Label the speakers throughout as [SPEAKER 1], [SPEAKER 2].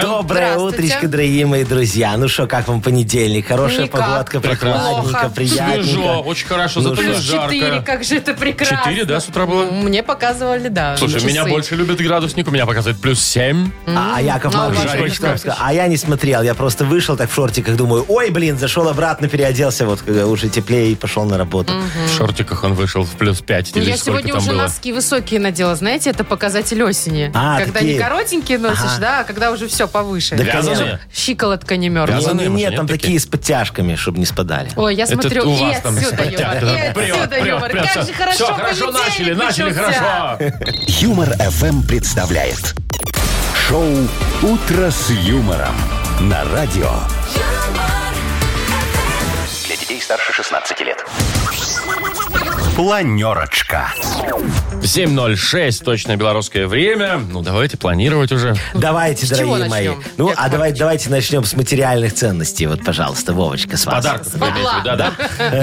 [SPEAKER 1] Доброе
[SPEAKER 2] Здравствуйте.
[SPEAKER 1] утречко, дорогие мои друзья. Ну что, как вам понедельник? Хорошая
[SPEAKER 2] Никак.
[SPEAKER 1] погодка, прохладненько,
[SPEAKER 2] Плохо.
[SPEAKER 1] приятненько.
[SPEAKER 3] Свежо, очень хорошо,
[SPEAKER 1] Ну
[SPEAKER 3] зато не
[SPEAKER 2] Плюс четыре,
[SPEAKER 3] жарко.
[SPEAKER 2] как же это прекрасно.
[SPEAKER 3] Четыре, да, с утра было?
[SPEAKER 2] Мне показывали, да.
[SPEAKER 3] Слушай,
[SPEAKER 2] часы.
[SPEAKER 3] меня больше любит градусник, у меня показывает плюс семь.
[SPEAKER 1] А, а Яков
[SPEAKER 2] Ну,
[SPEAKER 1] Маркович,
[SPEAKER 3] Жарочка.
[SPEAKER 1] что вам сказал? а я не смотрел, я просто вышел так в шортиках, думаю, ой, блин, зашел обратно, переоделся, вот э, уже теплее и пошел на работу.
[SPEAKER 3] В шортиках он вышел в плюс пять
[SPEAKER 2] Ну,
[SPEAKER 3] или
[SPEAKER 2] я
[SPEAKER 3] сколько
[SPEAKER 2] сегодня
[SPEAKER 3] там
[SPEAKER 2] уже
[SPEAKER 3] было.
[SPEAKER 2] носки высокие надела, знаете, это показатель осени.
[SPEAKER 1] А,
[SPEAKER 2] когда
[SPEAKER 1] такие.
[SPEAKER 2] не коротенькие носишь,
[SPEAKER 1] Ага.
[SPEAKER 2] да, а когда уже все повыше.
[SPEAKER 1] Да,
[SPEAKER 3] Вязаные?
[SPEAKER 2] Щиколотка не мерзнет.
[SPEAKER 3] Вязаные,
[SPEAKER 1] Не, не,
[SPEAKER 3] может,
[SPEAKER 1] не,
[SPEAKER 3] нет
[SPEAKER 1] там
[SPEAKER 3] таких?
[SPEAKER 1] такие с подтяжками, чтобы не спадали.
[SPEAKER 2] Ой, я
[SPEAKER 3] Это
[SPEAKER 2] смотрю,
[SPEAKER 3] у
[SPEAKER 2] и
[SPEAKER 3] вас там
[SPEAKER 2] отсюда
[SPEAKER 3] все
[SPEAKER 2] юмор, и
[SPEAKER 3] Прет,
[SPEAKER 2] отсюда
[SPEAKER 3] прет,
[SPEAKER 2] юмор.
[SPEAKER 3] прет,
[SPEAKER 2] Как
[SPEAKER 3] всё.
[SPEAKER 2] же хорошо
[SPEAKER 3] Всё, хорошо, начали,
[SPEAKER 2] понедельник
[SPEAKER 3] начали,
[SPEAKER 2] начался.
[SPEAKER 3] хорошо.
[SPEAKER 4] Юмор ФМ представляет. Шоу «Утро с юмором» на радио. Для детей старше 16 лет. Планерочка.
[SPEAKER 3] 7.06, точно белорусское время. Ну, давайте планировать уже.
[SPEAKER 1] Давайте,
[SPEAKER 2] чего
[SPEAKER 1] дорогие мои.
[SPEAKER 2] начнем,
[SPEAKER 1] Ну,
[SPEAKER 2] Яков
[SPEAKER 1] а давай, давайте начнем с материальных ценностей. Вот, пожалуйста, Вовочка, с вас.
[SPEAKER 3] Подарков,
[SPEAKER 2] бабла.
[SPEAKER 3] да, да.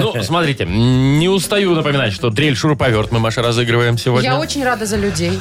[SPEAKER 3] Ну, смотрите, м, не устаю напоминать, что дрель шуруповерт мы, Маша, разыгрываем сегодня.
[SPEAKER 2] Я очень рада за людей,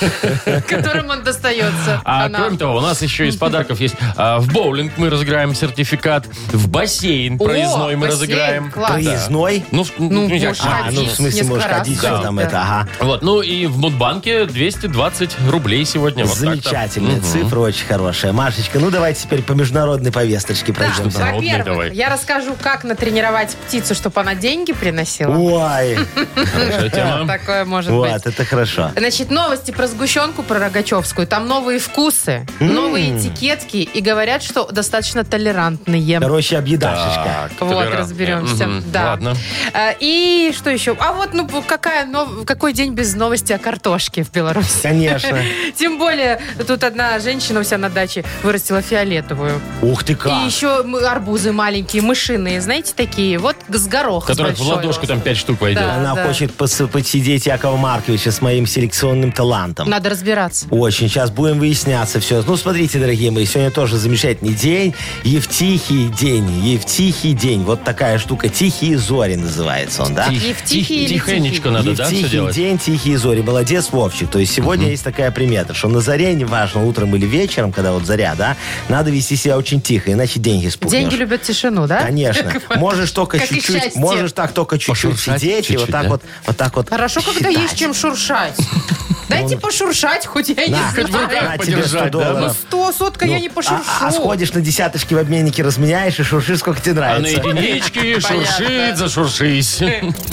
[SPEAKER 2] которым он достается.
[SPEAKER 3] А
[SPEAKER 2] Она-
[SPEAKER 3] кроме того, у нас еще из подарков есть а, в боулинг мы разыграем сертификат, в бассейн
[SPEAKER 2] О,
[SPEAKER 3] проездной мы
[SPEAKER 2] бассейн,
[SPEAKER 3] разыграем.
[SPEAKER 2] класс.
[SPEAKER 1] Проездной?
[SPEAKER 3] Ну, в- ну,
[SPEAKER 2] Ну,
[SPEAKER 3] я-
[SPEAKER 2] может,
[SPEAKER 3] а,
[SPEAKER 1] А, ну, в
[SPEAKER 2] Ходить
[SPEAKER 1] смысле,
[SPEAKER 2] несколько
[SPEAKER 1] можешь
[SPEAKER 2] раз.
[SPEAKER 1] ходить,
[SPEAKER 2] Да.
[SPEAKER 1] что там это, ага.
[SPEAKER 3] вот, ну и в Мудбанке 220 рублей сегодня. Вот так-то.
[SPEAKER 1] Замечательная цифра, очень хорошая. Машечка, ну давайте теперь по международной повесточке
[SPEAKER 2] Да,
[SPEAKER 1] пройдемся.
[SPEAKER 3] народный
[SPEAKER 2] во-первых,
[SPEAKER 3] давай.
[SPEAKER 2] я расскажу, как натренировать птицу, чтобы она деньги приносила.
[SPEAKER 1] Ой,
[SPEAKER 3] Хорошая тема.
[SPEAKER 2] Такое может быть.
[SPEAKER 1] вот, это хорошо.
[SPEAKER 2] Значит, новости про сгущенку, про Рогачевскую. Там новые вкусы, новые этикетки. И говорят, что достаточно толерантные.
[SPEAKER 1] Короче, объедашечка.
[SPEAKER 3] Так,
[SPEAKER 2] Вот,
[SPEAKER 3] толерантные.
[SPEAKER 2] разберемся.
[SPEAKER 3] А, Мгм,
[SPEAKER 2] Да.
[SPEAKER 3] Ладно.
[SPEAKER 2] А, И что еще? А вот, ну, какая, нов- какой день без новости о картошке в Беларуси?
[SPEAKER 1] Конечно.
[SPEAKER 2] Тем более, тут одна женщина у себя на даче вырастила фиолетовую.
[SPEAKER 1] Ух ты
[SPEAKER 2] И
[SPEAKER 1] как.
[SPEAKER 2] еще мы- арбузы маленькие, мышиные, знаете, такие, вот с горохом.
[SPEAKER 3] Которых в
[SPEAKER 2] с большой.
[SPEAKER 3] ладошку там 5 штук войдет.
[SPEAKER 2] Да.
[SPEAKER 1] Она хочет пос- посидеть Якова Марковича с моим селекционным талантом.
[SPEAKER 2] Надо разбираться.
[SPEAKER 1] Очень. Сейчас будем выясняться все. Ну, смотрите, дорогие мои, сегодня тоже замечательный день. Евтихий день. Евтихий день. Вот такая штука. Тихие зори называется он, да?
[SPEAKER 3] Тих-
[SPEAKER 2] И в тихий или
[SPEAKER 3] тихонечко
[SPEAKER 2] тихий?
[SPEAKER 3] надо,
[SPEAKER 1] И в
[SPEAKER 3] да, все
[SPEAKER 1] тихий
[SPEAKER 3] делать?
[SPEAKER 1] день, тихие зори. Молодец, Вовчик. То есть сегодня есть такая примета, что на заре, неважно, утром или вечером, когда вот заря, да, надо вести себя очень тихо, иначе деньги спугнешь.
[SPEAKER 2] Деньги любят тишину, да?
[SPEAKER 1] Конечно. Можешь только
[SPEAKER 2] Как и
[SPEAKER 1] чуть-чуть,
[SPEAKER 2] счастье.
[SPEAKER 1] можешь так только чуть-чуть
[SPEAKER 3] Пошуршать
[SPEAKER 1] сидеть и
[SPEAKER 3] чуть-чуть,
[SPEAKER 1] вот так
[SPEAKER 3] да?
[SPEAKER 1] вот, вот так вот.
[SPEAKER 2] Хорошо, когда
[SPEAKER 1] считать.
[SPEAKER 2] есть чем шуршать. Дайте пошуршать, хоть я не
[SPEAKER 1] На,
[SPEAKER 2] знаю.
[SPEAKER 1] на тебе 100
[SPEAKER 3] подержать, да?
[SPEAKER 2] Ну,
[SPEAKER 1] долларов.
[SPEAKER 2] сто сотка я
[SPEAKER 1] Ну,
[SPEAKER 2] не
[SPEAKER 1] а,
[SPEAKER 2] пошуршу.
[SPEAKER 1] а сходишь на десяточки в обменнике, разменяешь и шуршишь, сколько тебе
[SPEAKER 3] А на
[SPEAKER 1] нравится.
[SPEAKER 3] единичке шуршит,
[SPEAKER 2] Понятно.
[SPEAKER 3] зашуршись.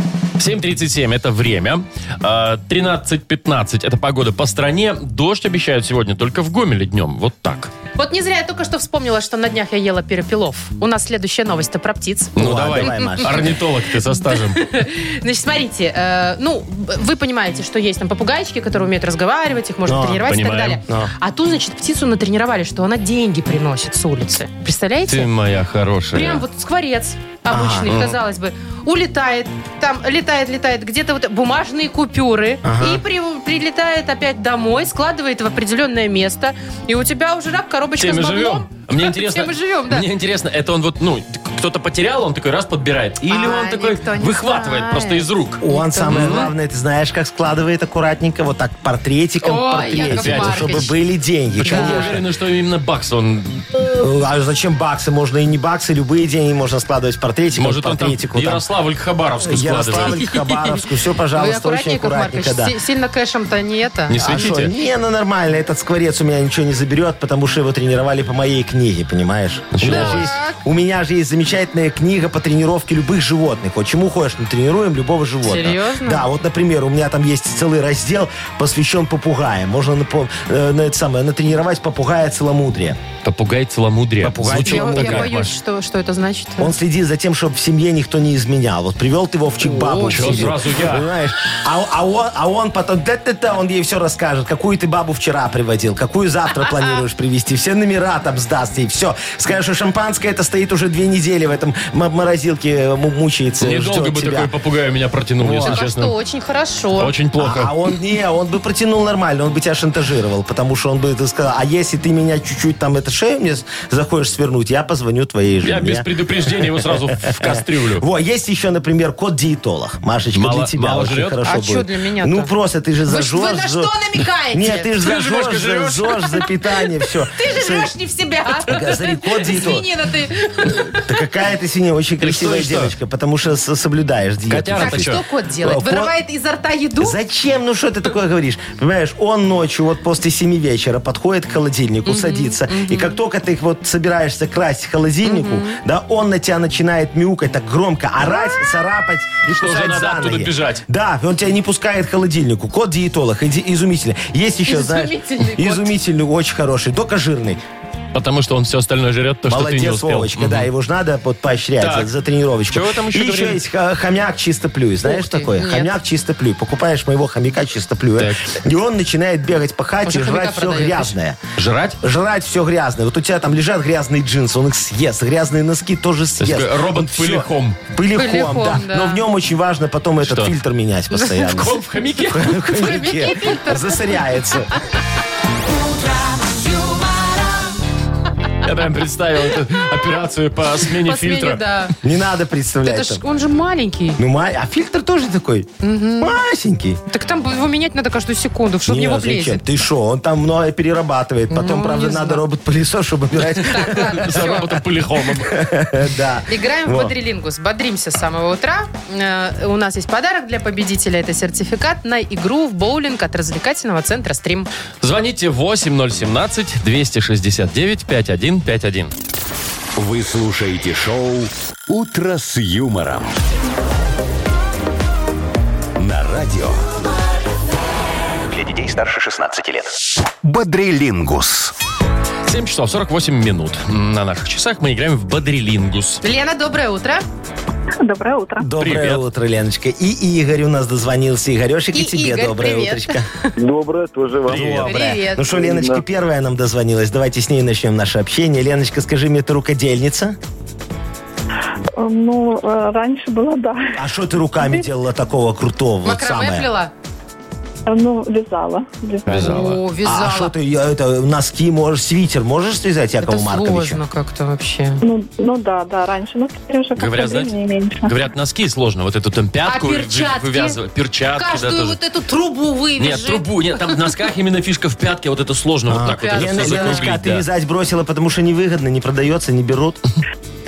[SPEAKER 3] 7.37 это время. А, 13.15 это погода по стране. Дождь обещают сегодня только в Гомеле днем. Вот так.
[SPEAKER 2] Вот не зря я только что вспомнила, что на днях я ела перепелов. У нас следующая новость-то про птиц.
[SPEAKER 3] Ну,
[SPEAKER 1] Ладно,
[SPEAKER 3] давай.
[SPEAKER 1] давай, Маша.
[SPEAKER 3] Орнитолог ты со стажем.
[SPEAKER 2] Значит, смотрите, э, ну, б- вы понимаете, что есть там попугайчики, которые умеют разговаривать, их можно
[SPEAKER 1] Да,
[SPEAKER 2] тренировать и так
[SPEAKER 3] понимаем,
[SPEAKER 2] далее. А тут, значит, птицу натренировали, что она деньги приносит с улицы. Представляете?
[SPEAKER 3] Ты моя хорошая.
[SPEAKER 2] Прям вот скворец обычный, казалось бы, улетает, там летает, летает, где-то вот бумажные купюры, и при- прилетает опять домой, складывает в определенное место, и у тебя уже рак коробочка
[SPEAKER 3] Тем и
[SPEAKER 2] с баблом.
[SPEAKER 3] живем. А Мне интересно,
[SPEAKER 2] Тем и живем, да.
[SPEAKER 3] мне интересно, это он вот, ну, кто-то потерял, он такой раз подбирает. Или
[SPEAKER 2] А,
[SPEAKER 3] он такой
[SPEAKER 2] никто не
[SPEAKER 3] выхватывает
[SPEAKER 2] знает.
[SPEAKER 3] просто из рук.
[SPEAKER 1] Он самое главное, ты знаешь, как складывает аккуратненько, вот так портретиком,
[SPEAKER 2] Ой, Яков
[SPEAKER 1] портретиком, чтобы
[SPEAKER 2] Маркович.
[SPEAKER 1] были деньги.
[SPEAKER 3] Почему вы
[SPEAKER 1] конечно.
[SPEAKER 3] уверены, что именно бакс он...
[SPEAKER 1] Э, А зачем баксы? Можно и не баксы, любые деньги можно складывать портретиком,
[SPEAKER 3] Может, он там
[SPEAKER 1] портретику. Типа там.
[SPEAKER 3] Ярославль к Хабаровску складывает.
[SPEAKER 1] Ярославль, Хабаровску, все,
[SPEAKER 2] Вы
[SPEAKER 1] пожалуйста, очень
[SPEAKER 2] аккуратнее, Яков
[SPEAKER 1] аккуратненько, да.
[SPEAKER 2] Маркович, си- сильно кэшем-то не это.
[SPEAKER 3] Не
[SPEAKER 1] А шо,
[SPEAKER 3] светите?
[SPEAKER 1] Не, ну нормально, этот скворец у меня ничего не заберет, потому что его тренировали по моей книге, понимаешь? У меня, же есть, у меня же есть замечательная книга по тренировке любых животных. Вот чему хочешь, мы тренируем любого животного.
[SPEAKER 2] Серьезно?
[SPEAKER 1] Да, вот, например, у меня там есть целый раздел, посвящен попугаям. Можно на, по- э, на это самое, натренировать попугая целомудрия.
[SPEAKER 3] Попугай целомудрия.
[SPEAKER 1] Попугай
[SPEAKER 3] Звучит
[SPEAKER 2] Я,
[SPEAKER 1] Чем
[SPEAKER 2] я
[SPEAKER 3] так,
[SPEAKER 2] боюсь,
[SPEAKER 3] Маш.
[SPEAKER 2] что, что это значит.
[SPEAKER 1] Он следит за тем, чтобы в семье никто не изменял. Вот привел ты его в чик-бабу.
[SPEAKER 3] О,
[SPEAKER 1] в
[SPEAKER 3] чё
[SPEAKER 1] семью,
[SPEAKER 3] сразу я?
[SPEAKER 1] Понимаешь? А, а он, а он потом, да-да-да, он ей все расскажет. Какую ты бабу вчера приводил, какую завтра планируешь привести. Все номера там сдаст ей, все. Скажешь, что шампанское это стоит уже две недели в этом м- морозилке, э, м- мучается,
[SPEAKER 3] Недолго
[SPEAKER 1] ждет
[SPEAKER 3] бы
[SPEAKER 1] тебя.
[SPEAKER 3] такой попугай у меня протянул, если
[SPEAKER 2] Так а что,
[SPEAKER 3] честно.
[SPEAKER 2] очень хорошо.
[SPEAKER 3] Очень плохо.
[SPEAKER 1] А, а он не, он бы протянул нормально, он бы тебя шантажировал, потому что он бы ты сказал, а если ты меня чуть-чуть там это шею мне с- захочешь свернуть, я позвоню твоей жене.
[SPEAKER 3] Я без предупреждения его сразу в кастрюлю.
[SPEAKER 1] Во, есть еще, например, кот-диетолог. Машечка,
[SPEAKER 3] Мало-
[SPEAKER 1] для тебя
[SPEAKER 3] мало
[SPEAKER 1] очень
[SPEAKER 3] жрет?
[SPEAKER 1] хорошо
[SPEAKER 2] А
[SPEAKER 1] будет.
[SPEAKER 2] чё для меня-то?
[SPEAKER 1] Ну просто ты же
[SPEAKER 2] Вы, ж-
[SPEAKER 1] зажжешь.
[SPEAKER 2] вы на что
[SPEAKER 1] зо-
[SPEAKER 2] намекаете?
[SPEAKER 1] Нет, ты же
[SPEAKER 3] Ты же, Машка,
[SPEAKER 1] зажжешь,
[SPEAKER 3] жрешь.
[SPEAKER 1] зажжешь за питание, все.
[SPEAKER 2] Ты же жрешь не в себя.
[SPEAKER 1] Так, а смотри, кот диетолог.
[SPEAKER 2] Свинина ты.
[SPEAKER 1] Да какая ты свинья, очень красивая
[SPEAKER 3] что, и что?
[SPEAKER 1] девочка, потому что с- соблюдаешь диету.
[SPEAKER 3] Котяра-то
[SPEAKER 1] А, Ты-
[SPEAKER 2] Так,
[SPEAKER 3] чё?
[SPEAKER 2] что кот делает?
[SPEAKER 1] Кот-
[SPEAKER 2] Вырывает изо рта еду?
[SPEAKER 1] Зачем? Ну что ты такое говоришь? Понимаешь, он ночью, вот после семи вечера, подходит к холодильнику, садится. И как только ты вот собираешься красть холодильнику, да, он на тебя начинает мяукать так громко, орать, царапать и
[SPEAKER 3] Что, уже
[SPEAKER 1] кусать
[SPEAKER 3] надо
[SPEAKER 1] за
[SPEAKER 3] оттуда
[SPEAKER 1] ноги.
[SPEAKER 3] бежать?
[SPEAKER 1] Да, он тебя не пускает к холодильнику. Кот диетолог, иди, изумительный. Есть еще, знаешь,
[SPEAKER 2] Изумительный кот.
[SPEAKER 1] изумительный, очень хороший, только жирный.
[SPEAKER 3] Потому что он все остальное жрет, то, что ты не
[SPEAKER 1] Молодец,
[SPEAKER 3] успел.
[SPEAKER 1] Вовочка, да, его же надо вот поощрять
[SPEAKER 3] Так.
[SPEAKER 1] за, за тренировочку.
[SPEAKER 3] Чего вы там еще
[SPEAKER 1] и еще
[SPEAKER 3] говорили?
[SPEAKER 1] есть ха- хомяк чистоплюй. Знаешь
[SPEAKER 2] Ух ты,
[SPEAKER 1] такое?
[SPEAKER 2] нет.
[SPEAKER 1] Хомяк чистоплюй. Покупаешь моего хомяка чистоплюя. И он начинает бегать по хате,
[SPEAKER 2] Уже хомяка
[SPEAKER 1] жрать все
[SPEAKER 2] продаете?
[SPEAKER 1] грязное.
[SPEAKER 3] Жрать?
[SPEAKER 1] Жрать все грязное. Вот у тебя там лежат грязные джинсы, он их съест. Грязные носки тоже съест.
[SPEAKER 3] такой робот
[SPEAKER 1] Он всё-
[SPEAKER 3] пылесхом.
[SPEAKER 1] Пылесхом,
[SPEAKER 2] Пылесхом,
[SPEAKER 1] да.
[SPEAKER 2] да.
[SPEAKER 1] Но в нем очень важно потом
[SPEAKER 3] Что?
[SPEAKER 1] этот фильтр менять постоянно.
[SPEAKER 3] Кот в хомяке?
[SPEAKER 1] В хомяке. Засоряется.
[SPEAKER 3] Я прям представил эту операцию по смене
[SPEAKER 2] По смене,
[SPEAKER 3] фильтра.
[SPEAKER 2] да.
[SPEAKER 1] Не надо
[SPEAKER 2] Это
[SPEAKER 1] представлять.
[SPEAKER 2] ж,
[SPEAKER 1] там.
[SPEAKER 2] он же маленький.
[SPEAKER 1] Ну, ма- а фильтр тоже такой масенький.
[SPEAKER 2] Так там его менять надо каждую секунду, чтобы в
[SPEAKER 1] Не,
[SPEAKER 2] него
[SPEAKER 1] зачем?
[SPEAKER 2] влезет.
[SPEAKER 1] Ты шо, он там многое перерабатывает. Потом,
[SPEAKER 2] Ну,
[SPEAKER 1] правда,
[SPEAKER 2] не
[SPEAKER 1] надо
[SPEAKER 2] знаю.
[SPEAKER 1] робот-пылесос, чтобы убирать.
[SPEAKER 2] Так, ладно,
[SPEAKER 3] За
[SPEAKER 2] всё.
[SPEAKER 3] роботом пылехомом.
[SPEAKER 1] Да.
[SPEAKER 2] Играем в
[SPEAKER 1] Во.
[SPEAKER 2] Бодрилингус. Бодримся с самого утра. Э, У нас есть подарок для победителя. Это сертификат на игру в боулинг от развлекательного центра «Стрим».
[SPEAKER 3] Звоните 8017 269 5151.
[SPEAKER 4] Вы слушаете шоу Утро с юмором. На радио
[SPEAKER 5] Для детей старше 16 лет.
[SPEAKER 4] Бодрилингус.
[SPEAKER 3] 7 часов 48 минут. На наших часах мы играем в Бодрилингус.
[SPEAKER 2] Лена, доброе утро.
[SPEAKER 6] Доброе утро.
[SPEAKER 1] Доброе
[SPEAKER 3] Привет.
[SPEAKER 1] утро, Леночка. И Игорь у нас дозвонился. Игорешек, и,
[SPEAKER 2] И
[SPEAKER 1] тебе
[SPEAKER 2] Игорь,
[SPEAKER 1] доброе
[SPEAKER 2] привет.
[SPEAKER 1] утречко.
[SPEAKER 7] Доброе тоже вам.
[SPEAKER 1] Доброе.
[SPEAKER 2] Привет.
[SPEAKER 1] Ну что, Леночка
[SPEAKER 7] Да.
[SPEAKER 1] первая нам дозвонилась. Давайте с ней начнем наше общение. Леночка, скажи мне, ты рукодельница?
[SPEAKER 6] Э, Ну, э, раньше было, да.
[SPEAKER 1] А что ты руками делала такого крутого? Вот
[SPEAKER 2] Макраме
[SPEAKER 1] самое.
[SPEAKER 2] плела?
[SPEAKER 6] Ну, вязала. Вязала.
[SPEAKER 3] Вязала.
[SPEAKER 2] О, вязала.
[SPEAKER 1] А что ты, я, это, носки можешь, свитер можешь связать, Якову
[SPEAKER 2] Это
[SPEAKER 1] Марковичу?
[SPEAKER 2] сложно как-то вообще.
[SPEAKER 6] Ну, ну да, да, раньше. Ну, теперь уже как-то
[SPEAKER 3] Говорят, знаете,
[SPEAKER 6] времени меньше.
[SPEAKER 3] Говорят, носки сложно. Вот эту там пятку вы-
[SPEAKER 2] А перчатки?
[SPEAKER 3] вывязывать. Перчатки,
[SPEAKER 2] Каждую
[SPEAKER 3] да, тоже.
[SPEAKER 2] вот эту трубу вывяжи.
[SPEAKER 3] Нет, трубу, нет, там в носках именно фишка в пятке, вот это сложно
[SPEAKER 1] А,
[SPEAKER 3] вот Ну, так вот это
[SPEAKER 2] пятки.
[SPEAKER 3] все
[SPEAKER 1] Лена- Леночка, а
[SPEAKER 3] закруглить,
[SPEAKER 1] ты
[SPEAKER 3] да.
[SPEAKER 1] вязать бросила, потому что невыгодно, не продается, не берут.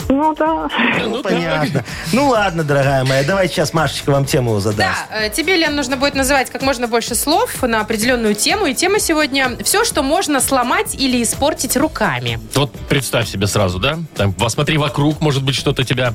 [SPEAKER 6] Ну да.
[SPEAKER 3] Ну, так.
[SPEAKER 1] Понятно. Ну ладно, дорогая моя, давай сейчас Машечка вам тему задаст.
[SPEAKER 2] Да, э, тебе, Лен, нужно будет называть как можно больше слов на определенную тему. И тема сегодня все, что можно сломать или испортить руками.
[SPEAKER 3] Вот представь себе сразу, да? Там, посмотри вокруг, может быть, что-то тебя...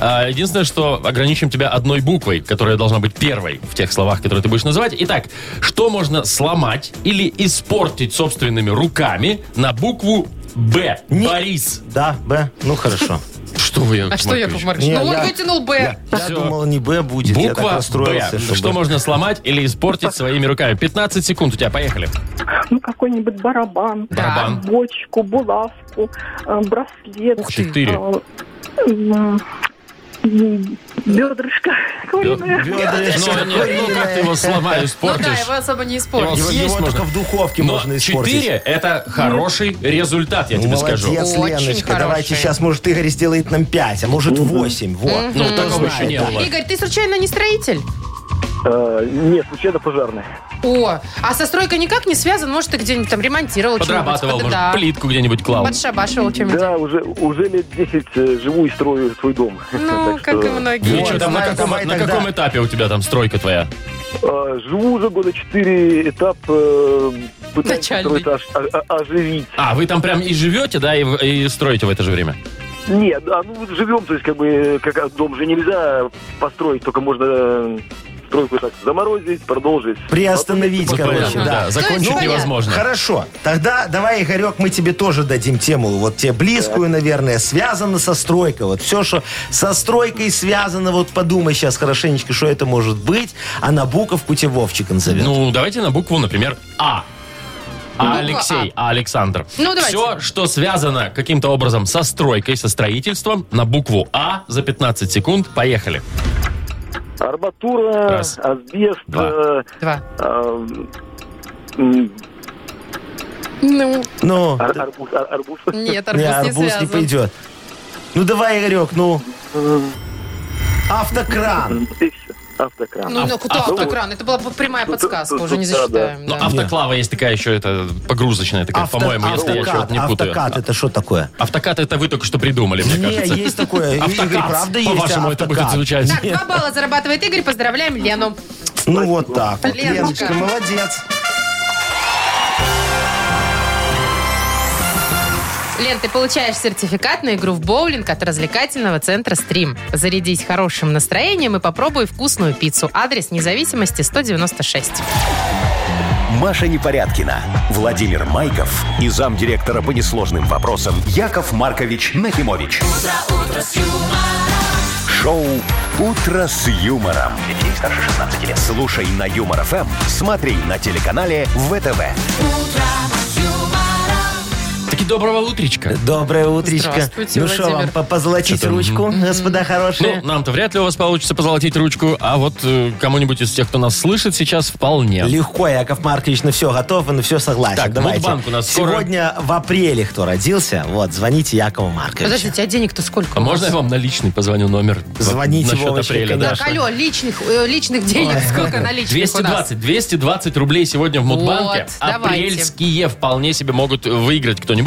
[SPEAKER 3] А, единственное, что ограничим тебя одной буквой, которая должна быть первой в тех словах, которые ты будешь называть. Итак, что можно сломать или испортить собственными руками на букву Б?
[SPEAKER 1] Не-
[SPEAKER 3] Борис.
[SPEAKER 1] Да, Б, ну хорошо.
[SPEAKER 3] Что вы, Яков
[SPEAKER 2] А что,
[SPEAKER 3] Маркович?
[SPEAKER 2] Яков Маркович?
[SPEAKER 1] Не,
[SPEAKER 2] Ну, он
[SPEAKER 1] я-
[SPEAKER 2] вытянул Б.
[SPEAKER 1] Я
[SPEAKER 3] Всё.
[SPEAKER 1] думал, не Б будет, я так
[SPEAKER 3] Буква
[SPEAKER 1] расстроился.
[SPEAKER 3] Б. Что можно сломать или испортить своими руками? 15 секунд у тебя, поехали.
[SPEAKER 6] Ну, какой-нибудь барабан,
[SPEAKER 3] Барабан.
[SPEAKER 6] бочку, булавку, э, браслет.
[SPEAKER 2] Ух ты.
[SPEAKER 3] Четыре.
[SPEAKER 6] э, м, м, Бедрышко. куриное.
[SPEAKER 3] Ну,
[SPEAKER 1] Бедрышко
[SPEAKER 3] нет, ну, как ты его сломаешь,
[SPEAKER 2] Ну да,
[SPEAKER 3] испортишь?
[SPEAKER 2] его особо не испортишь.
[SPEAKER 1] Его,
[SPEAKER 3] съесть
[SPEAKER 1] его
[SPEAKER 3] можно.
[SPEAKER 1] только в духовке
[SPEAKER 3] Но
[SPEAKER 1] можно испортить. Ну,
[SPEAKER 3] 4 это хороший результат, я тебе
[SPEAKER 1] Молодец,
[SPEAKER 3] скажу.
[SPEAKER 2] Очень
[SPEAKER 1] Леночка. Давайте
[SPEAKER 2] хорошие.
[SPEAKER 1] сейчас, может, Игорь сделает нам 5, а может, 8. Вот.
[SPEAKER 3] Ну, такого
[SPEAKER 1] знает,
[SPEAKER 3] еще не
[SPEAKER 1] да.
[SPEAKER 3] было.
[SPEAKER 2] Игорь, ты случайно не строитель?
[SPEAKER 8] Нет, случайно пожарный.
[SPEAKER 2] О, а со стройкой никак не связан? Может, ты где-нибудь там ремонтировал
[SPEAKER 3] Подрабатывал,
[SPEAKER 2] что-нибудь?
[SPEAKER 3] может,
[SPEAKER 2] типа, Да.
[SPEAKER 3] плитку где-нибудь клал.
[SPEAKER 2] Подшабашивал чем-нибудь.
[SPEAKER 8] Да, уже, уже лет 10 э, живу и строю свой дом.
[SPEAKER 2] Ну,
[SPEAKER 8] Так
[SPEAKER 2] как и
[SPEAKER 8] что,
[SPEAKER 3] Ну, и
[SPEAKER 2] многие.
[SPEAKER 3] чё там, на
[SPEAKER 1] давай,
[SPEAKER 3] каком,
[SPEAKER 1] давай
[SPEAKER 3] на
[SPEAKER 1] тогда.
[SPEAKER 3] каком этапе у тебя там стройка твоя?
[SPEAKER 8] э, Живу уже года 4, этап э, пытаюсь
[SPEAKER 2] Начальный.
[SPEAKER 8] второй этаж о- о- оживить.
[SPEAKER 3] А, вы там прям и живете, да, и, в- и строите в это же время?
[SPEAKER 8] Нет, а ну живем, то есть как бы как а, дом же нельзя построить, только можно э, стройку так заморозить, продолжить.
[SPEAKER 1] Приостановить,
[SPEAKER 3] Ну,
[SPEAKER 1] короче,
[SPEAKER 3] понятно,
[SPEAKER 1] да.
[SPEAKER 3] да. Закончить
[SPEAKER 2] понятно.
[SPEAKER 3] невозможно.
[SPEAKER 1] Хорошо. Тогда давай, Игорек, мы тебе тоже дадим тему. Вот тебе близкую, наверное, связано со стройкой. Вот все, что со стройкой связано, вот подумай сейчас хорошенечко, что это может быть, а на буковку тебе Вовчик назовет.
[SPEAKER 3] Ну, давайте на букву, например, А. А Алексей, а Александр.
[SPEAKER 2] Ну, давайте.
[SPEAKER 3] Все, что связано каким-то образом со стройкой, со строительством, на букву А за 15 секунд. Поехали.
[SPEAKER 8] Арматура,
[SPEAKER 3] Раз.
[SPEAKER 8] асбест,
[SPEAKER 3] Два.
[SPEAKER 8] э,
[SPEAKER 2] Два.
[SPEAKER 8] э, м,
[SPEAKER 2] Ну,
[SPEAKER 1] Ну,
[SPEAKER 3] а
[SPEAKER 8] ар- арбуз, ар- арбуз.
[SPEAKER 2] нет,
[SPEAKER 1] не,
[SPEAKER 2] арбуз не
[SPEAKER 1] арбуз не
[SPEAKER 2] связан.
[SPEAKER 1] пойдет. Ну давай, Игорек, ну. Автокран.
[SPEAKER 8] И всё. Автокран.
[SPEAKER 2] Ну, ну, куда
[SPEAKER 3] авто-
[SPEAKER 2] автокран? Это была бы прямая
[SPEAKER 8] а Тут-
[SPEAKER 2] подсказка,
[SPEAKER 8] тут-
[SPEAKER 2] уже не
[SPEAKER 8] тут- да,
[SPEAKER 2] засчитаем.
[SPEAKER 3] Ну,
[SPEAKER 2] да.
[SPEAKER 3] автоклава есть такая еще, это погрузочная такая,
[SPEAKER 1] Авто-
[SPEAKER 3] по-моему, если я еще вот
[SPEAKER 1] автокат.
[SPEAKER 3] не путаю.
[SPEAKER 1] Автокат это что такое?
[SPEAKER 3] Автокат это вы только что придумали, мне
[SPEAKER 1] Не,
[SPEAKER 3] кажется.
[SPEAKER 1] есть такое.
[SPEAKER 3] Автокат.
[SPEAKER 1] Игорь, правда есть
[SPEAKER 3] По-вашему, это будет
[SPEAKER 1] автокат?
[SPEAKER 3] звучать.
[SPEAKER 2] Так, два балла зарабатывает Игорь. Поздравляем Лену.
[SPEAKER 1] Ну вот так. Вот.
[SPEAKER 2] Леночка.
[SPEAKER 1] Леночка, молодец.
[SPEAKER 2] Лен, ты получаешь сертификат на игру в боулинг от развлекательного центра «Стрим». Зарядись хорошим настроением и попробуй вкусную пиццу. Адрес независимости 196.
[SPEAKER 4] Маша Непорядкина, Владимир Майков и замдиректора по несложным вопросам Яков Маркович Нахимович. Шоу Утро с юмором. Детей старше 16 лет. Слушай на юмор ФМ, смотри на телеканале ВТВ.
[SPEAKER 3] Таки доброго утречка.
[SPEAKER 1] Доброе утречко.
[SPEAKER 2] Здравствуйте,
[SPEAKER 1] Ну что
[SPEAKER 2] Владимир.
[SPEAKER 1] вам, по- позолотить
[SPEAKER 3] Что-то,
[SPEAKER 1] ручку, господа
[SPEAKER 3] Ну,
[SPEAKER 1] хорошие?
[SPEAKER 3] нам-то вряд ли у вас получится позолотить ручку, а вот э, кому-нибудь из тех, кто нас слышит сейчас, вполне.
[SPEAKER 1] Легко, Яков Маркович, ну на все готов и на все согласен.
[SPEAKER 3] Так,
[SPEAKER 1] Давайте.
[SPEAKER 3] Мудбанк у нас скоро.
[SPEAKER 1] Сегодня в апреле кто родился, вот, звоните Якову Марковичу.
[SPEAKER 2] Подождите, а денег-то сколько?
[SPEAKER 3] А
[SPEAKER 2] у вас?
[SPEAKER 3] можно я вам на личный позвоню номер?
[SPEAKER 1] Звоните,
[SPEAKER 3] Насчет
[SPEAKER 1] Вовочка,
[SPEAKER 3] апреля, да.
[SPEAKER 1] конечно.
[SPEAKER 2] Так, алло, личных, э, личных денег сколько наличных у нас?
[SPEAKER 3] 220, 220 рублей сегодня в Мудбанке.
[SPEAKER 2] Вот, давайте.
[SPEAKER 3] Апрельские вполне себе могут выиграть кто-нибудь.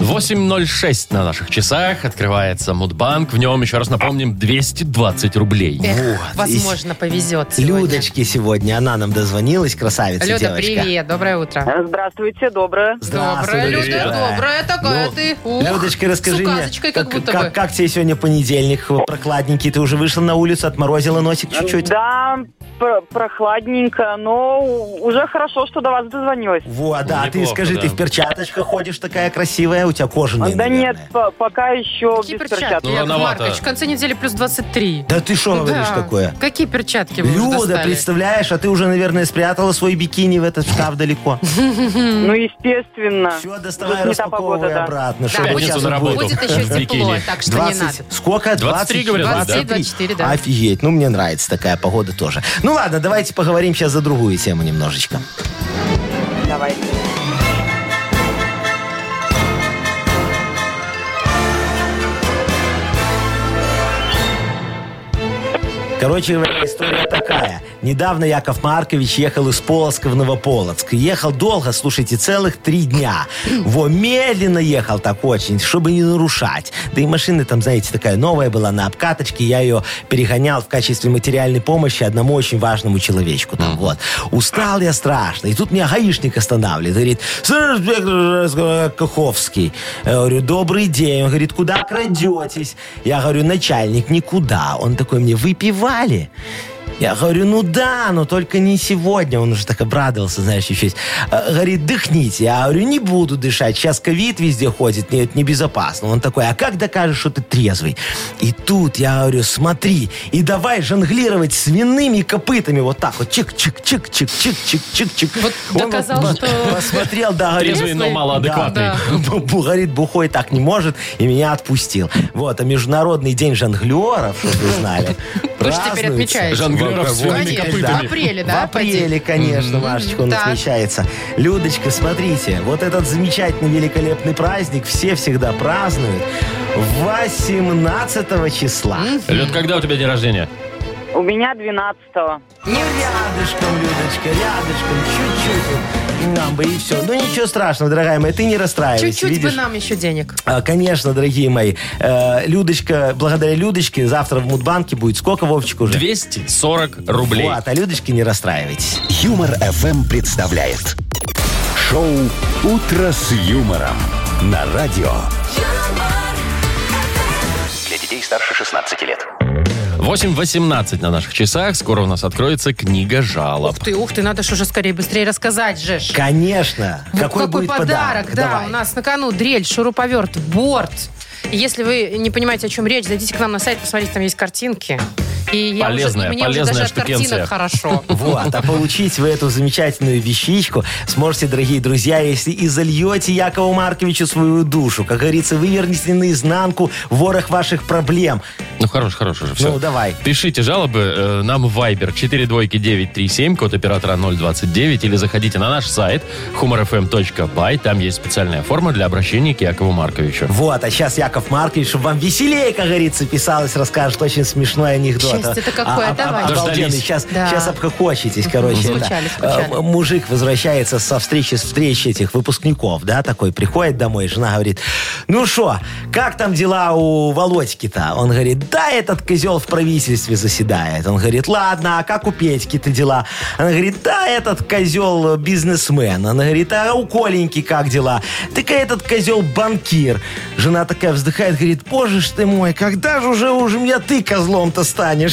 [SPEAKER 3] 8.06 на наших часах. Открывается Мудбанк. В нем, еще раз напомним, 220 рублей.
[SPEAKER 2] Эх,
[SPEAKER 1] Вот, и с-
[SPEAKER 2] возможно, повезет сегодня.
[SPEAKER 1] Людочки сегодня, она нам дозвонилась, красавица
[SPEAKER 2] Люда,
[SPEAKER 1] девочка.
[SPEAKER 2] привет, доброе утро.
[SPEAKER 7] Э, Здравствуйте, доброе.
[SPEAKER 1] Здравствуй,
[SPEAKER 2] Добрая, Люда, добрая такая
[SPEAKER 1] Ну,
[SPEAKER 2] ты. Ух,
[SPEAKER 1] Людочка, расскажи
[SPEAKER 2] с
[SPEAKER 1] мне,
[SPEAKER 2] указочкой как, будто бы.
[SPEAKER 1] как, как тебе сегодня понедельник, прокладненький? Ты уже вышла на улицу, отморозила носик чуть-чуть?
[SPEAKER 7] Ну Да, пр- прохладненько, но уже хорошо, что до вас дозвонилась.
[SPEAKER 1] Вот, да, а ты
[SPEAKER 3] Неплохо,
[SPEAKER 1] скажи,
[SPEAKER 3] да.
[SPEAKER 1] ты в перчаточках ходишь такая красивая, у тебя кожаная,
[SPEAKER 7] да
[SPEAKER 1] наверное.
[SPEAKER 7] нет, по- пока еще
[SPEAKER 2] Какие
[SPEAKER 7] без
[SPEAKER 2] перчатки,
[SPEAKER 7] перчаток.
[SPEAKER 3] Ну,
[SPEAKER 2] Яков
[SPEAKER 3] рановато.
[SPEAKER 2] Маркович? В конце недели плюс 23.
[SPEAKER 1] Да ты что говоришь
[SPEAKER 2] Да.
[SPEAKER 1] такое?
[SPEAKER 2] Какие перчатки вы уже
[SPEAKER 1] Люда,
[SPEAKER 2] достали?
[SPEAKER 1] представляешь, а ты уже, наверное, спрятала свой бикини в этот шкаф далеко.
[SPEAKER 7] Ну, естественно.
[SPEAKER 1] Все,
[SPEAKER 7] Тут
[SPEAKER 1] доставай,
[SPEAKER 7] не та
[SPEAKER 1] распаковывай
[SPEAKER 7] погода, да.
[SPEAKER 1] обратно.
[SPEAKER 2] Да,
[SPEAKER 1] чтоб
[SPEAKER 3] пятницу
[SPEAKER 1] сейчас
[SPEAKER 3] на
[SPEAKER 1] не
[SPEAKER 3] работу.
[SPEAKER 1] было.
[SPEAKER 2] Будет еще
[SPEAKER 3] В
[SPEAKER 2] тепло,
[SPEAKER 3] бикини.
[SPEAKER 2] так что не
[SPEAKER 1] 20.
[SPEAKER 2] надо.
[SPEAKER 1] Сколько?
[SPEAKER 3] 23,
[SPEAKER 1] 23,
[SPEAKER 3] говорят, да?
[SPEAKER 2] 23, да.
[SPEAKER 1] Офигеть, ну мне нравится такая погода тоже. Ну ладно, давайте поговорим сейчас за другую тему немножечко.
[SPEAKER 7] Давай.
[SPEAKER 1] Короче говоря, история такая. Недавно Яков Маркович ехал из Полоцка в Новополоцк. Ехал долго, слушайте, целых три дня. Во, медленно ехал так очень, чтобы не нарушать. Да и машина там, знаете, такая новая была на обкаточке. Я ее перегонял в качестве материальной помощи одному очень важному человечку. Там, вот. Устал я страшно. И тут меня гаишник останавливает. Говорит, «Слышь, Бек- Каховский. Я говорю, добрый день. Он говорит, куда крадетесь? Я говорю, начальник, никуда. Он такой мне, выпивали? Я говорю, ну да, но только не сегодня. Он уже так обрадовался, знаешь, еще есть. Э, Говорит, дыхните. Я говорю, не буду дышать. Сейчас ковид везде ходит, мне это небезопасно. Он такой, а как докажешь, что ты трезвый? И тут я говорю, смотри, и давай жонглировать свиными копытами. Вот так вот, чик-чик-чик-чик-чик-чик-чик-чик.
[SPEAKER 2] Вот
[SPEAKER 1] Он
[SPEAKER 2] доказал,
[SPEAKER 1] вот
[SPEAKER 2] что-
[SPEAKER 1] Посмотрел, да, говорит,
[SPEAKER 3] Трезвый, но
[SPEAKER 2] Трезвый?
[SPEAKER 3] малоадекватный.
[SPEAKER 2] Да.
[SPEAKER 1] Бу- бу- Говорит, бухой так не может, и меня отпустил. Вот, а Международный день жонглеров, чтобы вы знали,
[SPEAKER 2] Вы же теперь
[SPEAKER 1] празднуется.
[SPEAKER 2] отмечаете.
[SPEAKER 3] Жонглеров с своими
[SPEAKER 2] Конечно, в
[SPEAKER 3] копытами.
[SPEAKER 2] апреле,
[SPEAKER 1] В
[SPEAKER 2] да?
[SPEAKER 1] апреле, конечно, Машечка, он
[SPEAKER 2] Так.
[SPEAKER 1] отмечается. Людочка, смотрите, вот этот замечательный, великолепный праздник все всегда празднуют 18 числа.
[SPEAKER 3] Люд, когда у тебя день рождения?
[SPEAKER 7] У меня 12-го.
[SPEAKER 1] Ну, рядышком, Людочка, рядом, чуть-чуть. Нам бы и все. Ну, ничего страшного, дорогая моя, ты не расстраивайся.
[SPEAKER 2] Чуть-чуть бы
[SPEAKER 1] видишь?
[SPEAKER 2] нам еще денег.
[SPEAKER 1] А, Конечно, дорогие мои. Э, Людочка, благодаря Людочке, завтра в Мудбанке будет сколько, Вовчик, уже?
[SPEAKER 3] 240 рублей.
[SPEAKER 1] Вот, а Людочке не расстраивайтесь.
[SPEAKER 4] Юмор FM представляет шоу Утро с юмором на радио.
[SPEAKER 5] Для детей старше 16 лет.
[SPEAKER 3] 8.18 на наших часах. Скоро у нас откроется книга жалоб.
[SPEAKER 2] Ух ты, ух ты, надо же уже скорее быстрее рассказать, же. ж.
[SPEAKER 1] Конечно.
[SPEAKER 2] Вот
[SPEAKER 1] какой, будет подарок?
[SPEAKER 2] да,
[SPEAKER 1] Давай.
[SPEAKER 2] у нас на кону дрель, шуруповерт, борт. И Если вы не понимаете, о чем речь, зайдите к нам на сайт, посмотрите, там есть картинки. И я уже-
[SPEAKER 3] Полезная,
[SPEAKER 2] мне уже
[SPEAKER 3] полезная
[SPEAKER 2] даже от
[SPEAKER 3] штукенция.
[SPEAKER 2] картинок хорошо.
[SPEAKER 1] Вот, а получить вы эту замечательную вещичку сможете, дорогие друзья, если и зальете Якову Марковичу свою душу. Как говорится, выверните наизнанку ворох ваших проблем.
[SPEAKER 3] Ну, хорош, хорош уже все.
[SPEAKER 1] Ну, давай.
[SPEAKER 3] Пишите жалобы э, нам в Viber 42937, код оператора 029, или заходите на наш сайт humorfm.by. Там есть специальная форма для обращения к Якову Марковичу.
[SPEAKER 1] Вот, а сейчас Яков Маркович, чтобы вам веселее, как говорится, писалось, расскажет очень смешной анекдот. А,
[SPEAKER 2] Счастье-то какое, давай.
[SPEAKER 3] Дождались.
[SPEAKER 1] Сейчас,
[SPEAKER 2] Да.
[SPEAKER 1] сейчас обхохочетесь, короче. это.
[SPEAKER 2] Скучали, скучали.
[SPEAKER 1] Э, м- Мужик возвращается со встречи, с встреч этих выпускников, да, такой, приходит домой, жена говорит, ну что, как там дела у Володьки-то? Он говорит, да, этот козел в правительстве заседает. Он говорит, ладно, а как у Петьки-то дела? Она говорит, да, этот козел бизнесмен. Она говорит, а у Коленьки как дела? Так этот козел банкир. Жена такая вздыхает, говорит, боже ж ты мой, когда же уже, уже меня ты козлом-то станешь?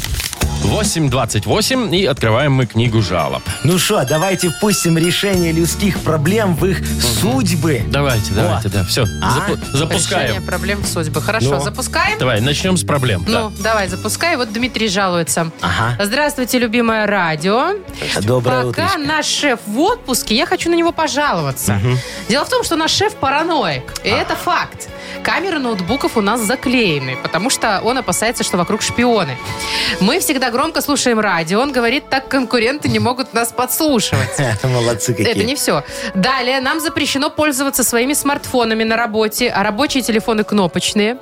[SPEAKER 3] 8.28, и открываем мы книгу жалоб.
[SPEAKER 1] Ну что, давайте впустим решение людских проблем в их судьбы.
[SPEAKER 3] Давайте, давайте, да, все,
[SPEAKER 1] А?
[SPEAKER 2] Решение
[SPEAKER 3] запускаем.
[SPEAKER 2] проблем в судьбе. Хорошо,
[SPEAKER 1] Ну.
[SPEAKER 2] запускаем?
[SPEAKER 3] Давай, начнем с проблем. да.
[SPEAKER 2] Ну, давай, запускай. Вот Дмитрий жалуется.
[SPEAKER 1] Ага.
[SPEAKER 2] Здравствуйте, любимое радио.
[SPEAKER 1] Доброе утро.
[SPEAKER 2] Пока наш шеф в отпуске, я хочу на него пожаловаться. Дело в том, что наш шеф параноик. И
[SPEAKER 1] А.
[SPEAKER 2] это факт. Камеры ноутбуков у нас заклеены, потому что он опасается, что вокруг шпионы. Мы всегда громко слушаем радио. Он говорит, так конкуренты не могут нас подслушивать.
[SPEAKER 1] Молодцы какие.
[SPEAKER 2] Это не все. Далее, нам запрещено пользоваться своими смартфонами на работе, а рабочие телефоны кнопочные.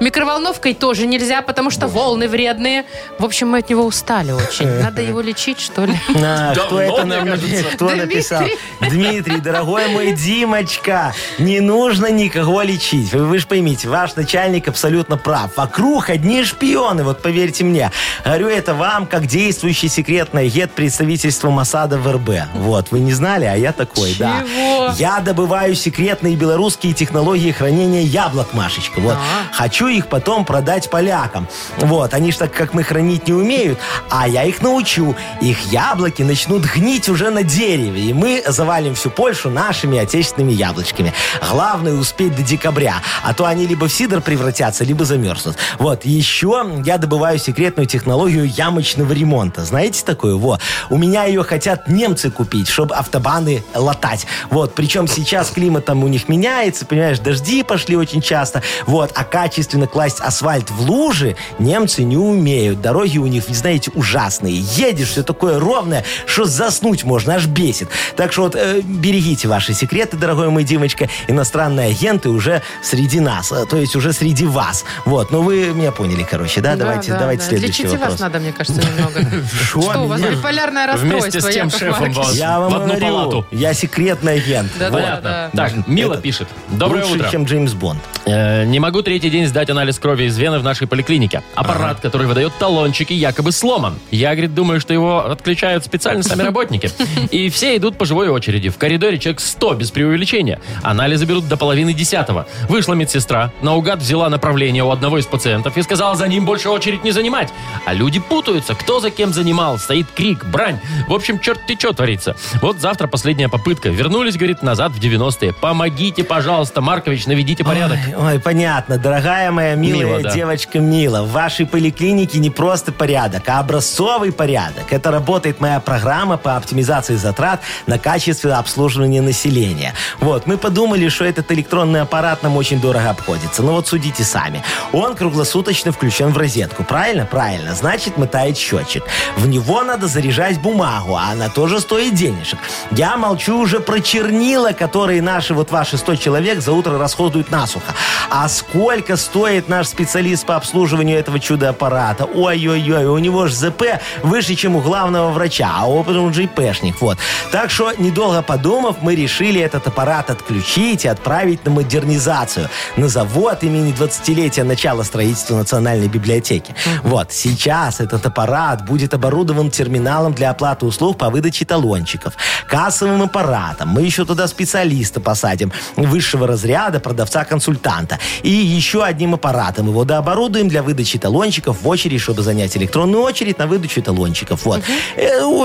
[SPEAKER 2] Микроволновкой тоже нельзя, потому что волны вредные. В общем, мы от него устали очень. Надо его лечить, что ли?
[SPEAKER 1] А,
[SPEAKER 3] Давно,
[SPEAKER 1] кто это
[SPEAKER 3] мне
[SPEAKER 1] нам
[SPEAKER 3] кажется.
[SPEAKER 1] кто
[SPEAKER 2] Дмитрий.
[SPEAKER 1] написал? Дмитрий, дорогой мой Димочка, не нужно никого лечить. Вы, вы ж поймите, ваш начальник абсолютно прав. Вокруг одни шпионы, вот поверьте мне. Говорю это вам, как действующий секретный агент представительства Масада в РБ. Вот, вы не знали, а я такой, да.
[SPEAKER 2] Чего?
[SPEAKER 1] Я добываю секретные белорусские технологии хранения яблок, Машечка. Вот.
[SPEAKER 2] А.
[SPEAKER 1] Хочу их потом продать полякам. Вот. Они ж так, как мы, хранить не умеют, а я их научу. Их яблоки начнут гнить уже на дереве, и мы завалим всю Польшу нашими отечественными яблочками. Главное успеть до декабря, а то они либо в сидр превратятся, либо замерзнут. Вот. Еще я добываю секретную технологию ямочного ремонта. Знаете такую? Во. У меня ее хотят немцы купить, чтобы автобаны латать. Вот. Причем сейчас климат там у них меняется, понимаешь, дожди пошли очень часто. Вот. А качественно класть асфальт в лужи немцы не умеют. Дороги у них, знаете, ужасные. Едешь, все такое ровное, что заснуть можно, аж бесит. Так что вот э, берегите ваши секреты, дорогой мой Димочка. Иностранные агенты уже среди нас, э, то есть уже среди вас. Вот. Ну вы меня поняли, короче, да? давайте
[SPEAKER 2] да,
[SPEAKER 1] давайте
[SPEAKER 2] да.
[SPEAKER 1] следующий
[SPEAKER 2] Лечите
[SPEAKER 1] вопрос.
[SPEAKER 2] вас надо, мне кажется, немного. Что у вас биполярное
[SPEAKER 3] Вместе
[SPEAKER 2] расстройство?
[SPEAKER 3] с тем
[SPEAKER 2] Яков
[SPEAKER 3] шефом
[SPEAKER 2] Маркович?
[SPEAKER 3] вас
[SPEAKER 1] Я вам
[SPEAKER 3] в одну
[SPEAKER 1] говорю,
[SPEAKER 3] палату.
[SPEAKER 1] я секретный агент.
[SPEAKER 2] Да,
[SPEAKER 1] Вот.
[SPEAKER 2] да,
[SPEAKER 3] Понятно.
[SPEAKER 2] да.
[SPEAKER 3] Так, Мила
[SPEAKER 1] Это
[SPEAKER 3] пишет. Доброе
[SPEAKER 1] Лучше,
[SPEAKER 3] утро.
[SPEAKER 1] чем Джеймс Бонд.
[SPEAKER 3] Э, Не могу третий день сдать анализ крови из вены в нашей поликлинике. Аппарат, который выдает талончики, якобы сломан. Я, говорит, думаю, что его отключают специально сами работники. И все идут по живой очереди. В коридоре человек 100 без преувеличения. Анализы берут до половины десятого. Вышла медсестра, наугад взяла направление у одного из пациентов и сказала за ним больше очередь не занимать. А люди путаются, кто за кем занимал. Стоит крик, брань. В общем, черт ты что творится. Вот завтра последняя попытка. Вернулись, говорит, назад в 90-е. Помогите, пожалуйста, Маркович, наведите порядок.
[SPEAKER 1] Ой, ой, понятно. Дорогая моя милая
[SPEAKER 3] Мила, да.
[SPEAKER 1] девочка Мила, в вашей поликлинике не просто порядок, а образцовый порядок. Это работает моя программа по оптимизации затрат на качество обслуживания населения. Вот, мы подумали, что этот электронный аппарат нам очень дорого обходится. Но вот судите сами. Он круглосуточно включен в розетку. Правильно? Правильно. Значит, мотает счетчик. В него надо заряжать бумагу, а она тоже стоит денежек. Я молчу уже про чернила, которые наши, вот ваши 100 человек за утро расходуют насухо. А сколько стоит наш специалист по обслуживанию этого чудо-аппарата? Ой-ой-ой, у него же ЗП выше, чем у главного врача, а опыт он же ИПшник, вот. Так что, недолго подумав, мы решили этот аппарат отключить и отправить на модернизацию, на завод имени 20-летия начала строительства Национальной библиотеки. Вот, сейчас этот аппарат будет оборудован терминалом для оплаты услуг по выдаче талончиков, кассовым аппаратом. Мы еще туда специалиста посадим высшего разряда, продавца-консультанта. И еще одним аппаратом его дооборудуем для выдачи талончиков в очередь, чтобы занять электронную очередь на выдачу талончиков. Вот.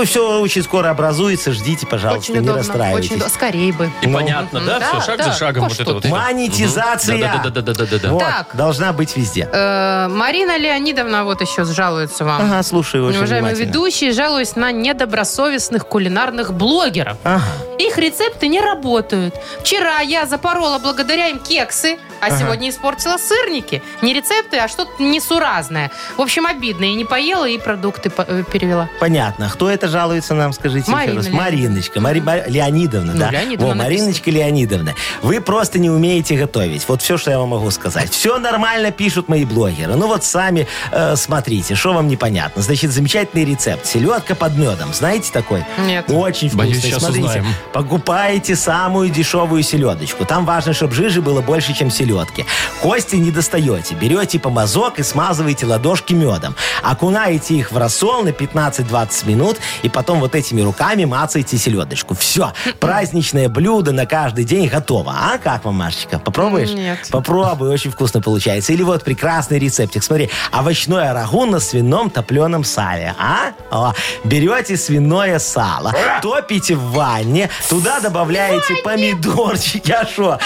[SPEAKER 1] все очень скоро образуется. Ждите, пожалуйста,
[SPEAKER 2] Очень
[SPEAKER 1] не
[SPEAKER 2] удобно.
[SPEAKER 1] расстраивайтесь.
[SPEAKER 2] Очень
[SPEAKER 1] Ну,
[SPEAKER 2] удобно. Скорее бы.
[SPEAKER 3] И понятно, да?
[SPEAKER 2] Ну, Да,
[SPEAKER 3] Все, шаг
[SPEAKER 2] да,
[SPEAKER 3] за шагом
[SPEAKER 2] хоть
[SPEAKER 3] вот это
[SPEAKER 2] что-то.
[SPEAKER 3] вот. всё.
[SPEAKER 1] Монетизация!
[SPEAKER 3] Да-да-да-да-да-да-да.
[SPEAKER 1] Вот,
[SPEAKER 2] Так.
[SPEAKER 1] должна быть везде.
[SPEAKER 2] Э, Марина Леонидовна вот еще жалуется вам.
[SPEAKER 1] Ага, слушаю очень
[SPEAKER 2] Уважаемые
[SPEAKER 1] внимательно.
[SPEAKER 2] ведущие, жалуюсь на недобросовестных кулинарных блогеров.
[SPEAKER 1] Ага.
[SPEAKER 2] Их рецепты не работают. Вчера я запорола благодаря им кексы, а сегодня испортила сырники. Не рецепты, а что-то несуразное. В общем, обидно. И не поела, и продукты по- э, перевела.
[SPEAKER 1] Понятно. Кто это жалуется нам, скажите
[SPEAKER 2] Марина
[SPEAKER 1] еще раз.
[SPEAKER 2] Леонидовна.
[SPEAKER 1] Мариночка. Мари- Ба- Леонидовна,
[SPEAKER 2] Ну,
[SPEAKER 1] да.
[SPEAKER 2] Леонидовна
[SPEAKER 1] Во, Мариночка Леонидовна. Вы просто не умеете готовить. Вот все, что я вам могу сказать. Все нормально пишут мои блогеры. Ну вот сами э, смотрите, что вам непонятно. Значит, замечательный рецепт. Селедка под медом. Знаете такой?
[SPEAKER 2] Нет.
[SPEAKER 1] Очень вкусный.
[SPEAKER 3] Боюсь, сейчас
[SPEAKER 1] Смотрите,
[SPEAKER 3] узнаем.
[SPEAKER 1] покупаете самую дешевую селедочку. Там важно, чтобы жижи было больше, чем селедки. Кости не достаете. Берете помазок и смазываете ладошки медом. Окунаете их в рассол на 15-20 минут и потом вот этими руками мацаете селедочку. Все. Праздничное блюдо на каждый день готово. А как вам, Машечка? Попробуешь?
[SPEAKER 2] Нет.
[SPEAKER 1] Попробуй, очень вкусно получается. Или вот прекрасный рецептик. Смотри, овощное рагу на свином топленом сале. А? О, берете свиное сало, топите в ванне, туда добавляете помидорчики, а шо,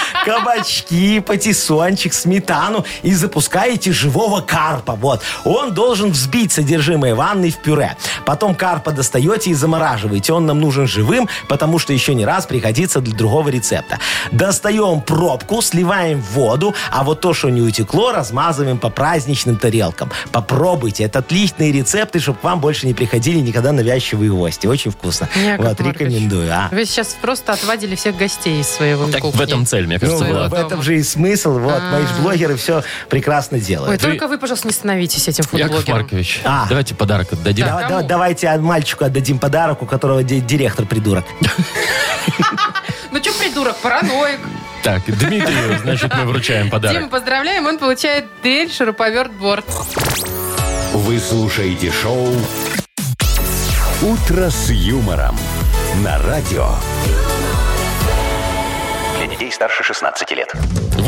[SPEAKER 1] кабачки, патиссончик, сметану и запускаете живого карпа. Вот. Он должен взбить содержимое ванны в пюре. Потом карпа достаете и замораживаете. Он нам нужен живым, потому что еще не раз пригодится для другого рецепта. Достаем пробку, сливаем в воду, а вот то, что не утекло, размазываем по праздничным тарелкам. Попробуйте. Это отличные рецепты, чтобы к вам больше не приходили никогда навязчивые гости. Очень вкусно.
[SPEAKER 2] Яков
[SPEAKER 1] вот,
[SPEAKER 2] Маркович,
[SPEAKER 1] рекомендую. А.
[SPEAKER 2] Вы сейчас просто отвадили всех гостей из своего
[SPEAKER 3] Так
[SPEAKER 2] кухни.
[SPEAKER 3] в этом цель, мне
[SPEAKER 1] Ну,
[SPEAKER 3] кажется,
[SPEAKER 2] своего
[SPEAKER 3] была.
[SPEAKER 1] в
[SPEAKER 2] дома.
[SPEAKER 1] этом же и смысл. Вот, мои ж блогеры все прекрасно делают.
[SPEAKER 2] А. Ой, только вы, пожалуйста, не становитесь этим
[SPEAKER 3] Яков
[SPEAKER 2] фудблогером.
[SPEAKER 3] Маркович,
[SPEAKER 1] А.
[SPEAKER 3] давайте подарок отдадим.
[SPEAKER 1] Давай-
[SPEAKER 2] кому?
[SPEAKER 1] давай- давайте от мальчику отдадим подарок, у которого ди- директор придурок.
[SPEAKER 2] Ну что, придурок, параноик.
[SPEAKER 3] Так, Дмитрию, значит, мы вручаем
[SPEAKER 2] Дима,
[SPEAKER 3] подарок.
[SPEAKER 2] поздравляем, он получает дрель, шуруповерт, борт.
[SPEAKER 4] Вы слушаете шоу «Утро с юмором» на радио.
[SPEAKER 5] Для детей старше 16 лет.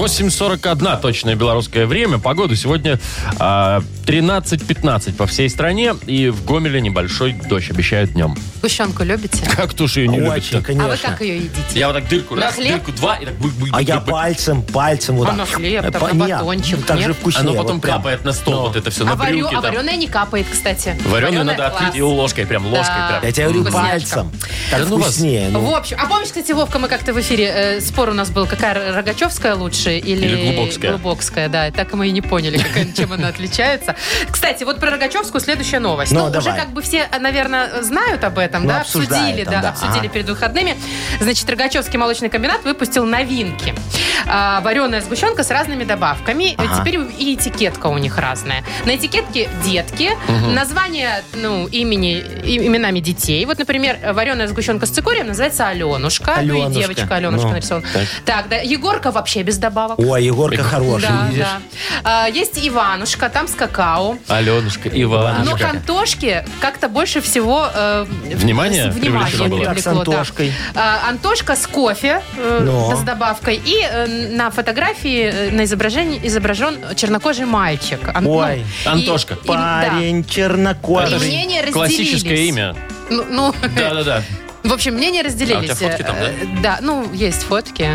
[SPEAKER 3] 8.41 точное белорусское время. Погода сегодня а, 13-15 по всей стране. И в Гомеле небольшой дождь обещают днем.
[SPEAKER 2] Гущенку любите?
[SPEAKER 3] Как туши ее не любит
[SPEAKER 1] Очень,
[SPEAKER 2] А вы
[SPEAKER 1] конечно.
[SPEAKER 2] как ее едите?
[SPEAKER 3] Я вот так дырку
[SPEAKER 2] На
[SPEAKER 3] раз,
[SPEAKER 2] хлеб?
[SPEAKER 3] дырку два, и так бык, бык,
[SPEAKER 1] А
[SPEAKER 3] бык,
[SPEAKER 1] я
[SPEAKER 3] бык, бык.
[SPEAKER 1] пальцем, пальцем вот
[SPEAKER 2] А
[SPEAKER 1] так.
[SPEAKER 2] на хлеб, там,
[SPEAKER 1] По-
[SPEAKER 2] на
[SPEAKER 1] нет,
[SPEAKER 2] батончик,
[SPEAKER 1] Так
[SPEAKER 2] нет?
[SPEAKER 1] же вкуснее.
[SPEAKER 3] Оно потом
[SPEAKER 1] вот прям.
[SPEAKER 3] капает на стол, вот это все,
[SPEAKER 2] А,
[SPEAKER 3] на
[SPEAKER 2] варю-
[SPEAKER 3] брюки
[SPEAKER 2] а
[SPEAKER 3] там.
[SPEAKER 2] вареное не капает, кстати.
[SPEAKER 3] Вареную надо
[SPEAKER 2] класс.
[SPEAKER 3] открыть и ложкой, прям ложкой.
[SPEAKER 2] Да.
[SPEAKER 3] Прям.
[SPEAKER 1] Я тебе говорю,
[SPEAKER 2] Вкусняшка.
[SPEAKER 1] пальцем. Так
[SPEAKER 3] Да ну вас.
[SPEAKER 1] вкуснее. ну.
[SPEAKER 2] В общем, а помнишь, кстати, Вовка, мы как-то в эфире э, спор у нас был, какая Рогачевская лучше или,
[SPEAKER 3] Или Глубокская.
[SPEAKER 2] Глубокская, да, и так мы и не поняли, какая- чем она отличается. Кстати, вот про Рогачевскую следующая новость.
[SPEAKER 1] Ну,
[SPEAKER 2] ну, уже
[SPEAKER 1] давай.
[SPEAKER 2] как бы все, наверное, знают об этом,
[SPEAKER 1] Ну,
[SPEAKER 2] да,
[SPEAKER 1] обсуждают
[SPEAKER 2] обсудили,
[SPEAKER 1] там,
[SPEAKER 2] да,
[SPEAKER 1] да,
[SPEAKER 2] обсудили
[SPEAKER 1] ага.
[SPEAKER 2] перед выходными. Значит, Рогачевский молочный комбинат выпустил новинки. А, вареная сгущенка с разными добавками.
[SPEAKER 1] Ага.
[SPEAKER 2] Теперь и этикетка у них разная. На этикетке детки, название ну, имени, и- именами детей. Вот, например, вареная сгущенка с цикорием называется Аленушка. Ну и
[SPEAKER 1] Аленушка.
[SPEAKER 2] девочка Аленушка
[SPEAKER 1] Ну,
[SPEAKER 2] нарисована. Так. да, Егорка вообще без добавок.
[SPEAKER 1] Ой, Егорка хороший,
[SPEAKER 2] да,
[SPEAKER 1] видишь?
[SPEAKER 2] да. А, есть Иванушка, там с какао.
[SPEAKER 3] Аленушка,
[SPEAKER 2] Но к
[SPEAKER 3] Иванушка.
[SPEAKER 2] Антошке как-то больше всего э,
[SPEAKER 3] Внимание
[SPEAKER 2] с- внимание
[SPEAKER 3] привлечено было.
[SPEAKER 2] привлекло,
[SPEAKER 1] Как с
[SPEAKER 2] да.
[SPEAKER 1] Антошкой.
[SPEAKER 2] А, Антошка с кофе э,
[SPEAKER 1] Но.
[SPEAKER 2] с добавкой. И э, на фотографии, э, на изображении изображен чернокожий мальчик. Ан-
[SPEAKER 1] Ой,
[SPEAKER 2] ну, и-
[SPEAKER 3] Антошка.
[SPEAKER 2] и- да.
[SPEAKER 1] Парень
[SPEAKER 2] И
[SPEAKER 1] чернокожий.
[SPEAKER 2] мнения разделились.
[SPEAKER 3] Классическое имя.
[SPEAKER 2] Ну, ну,
[SPEAKER 3] Да-да-да.
[SPEAKER 2] в общем, мнения разделились.
[SPEAKER 3] А у тебя фотки там, да?
[SPEAKER 2] Э, да? ну, есть фотки.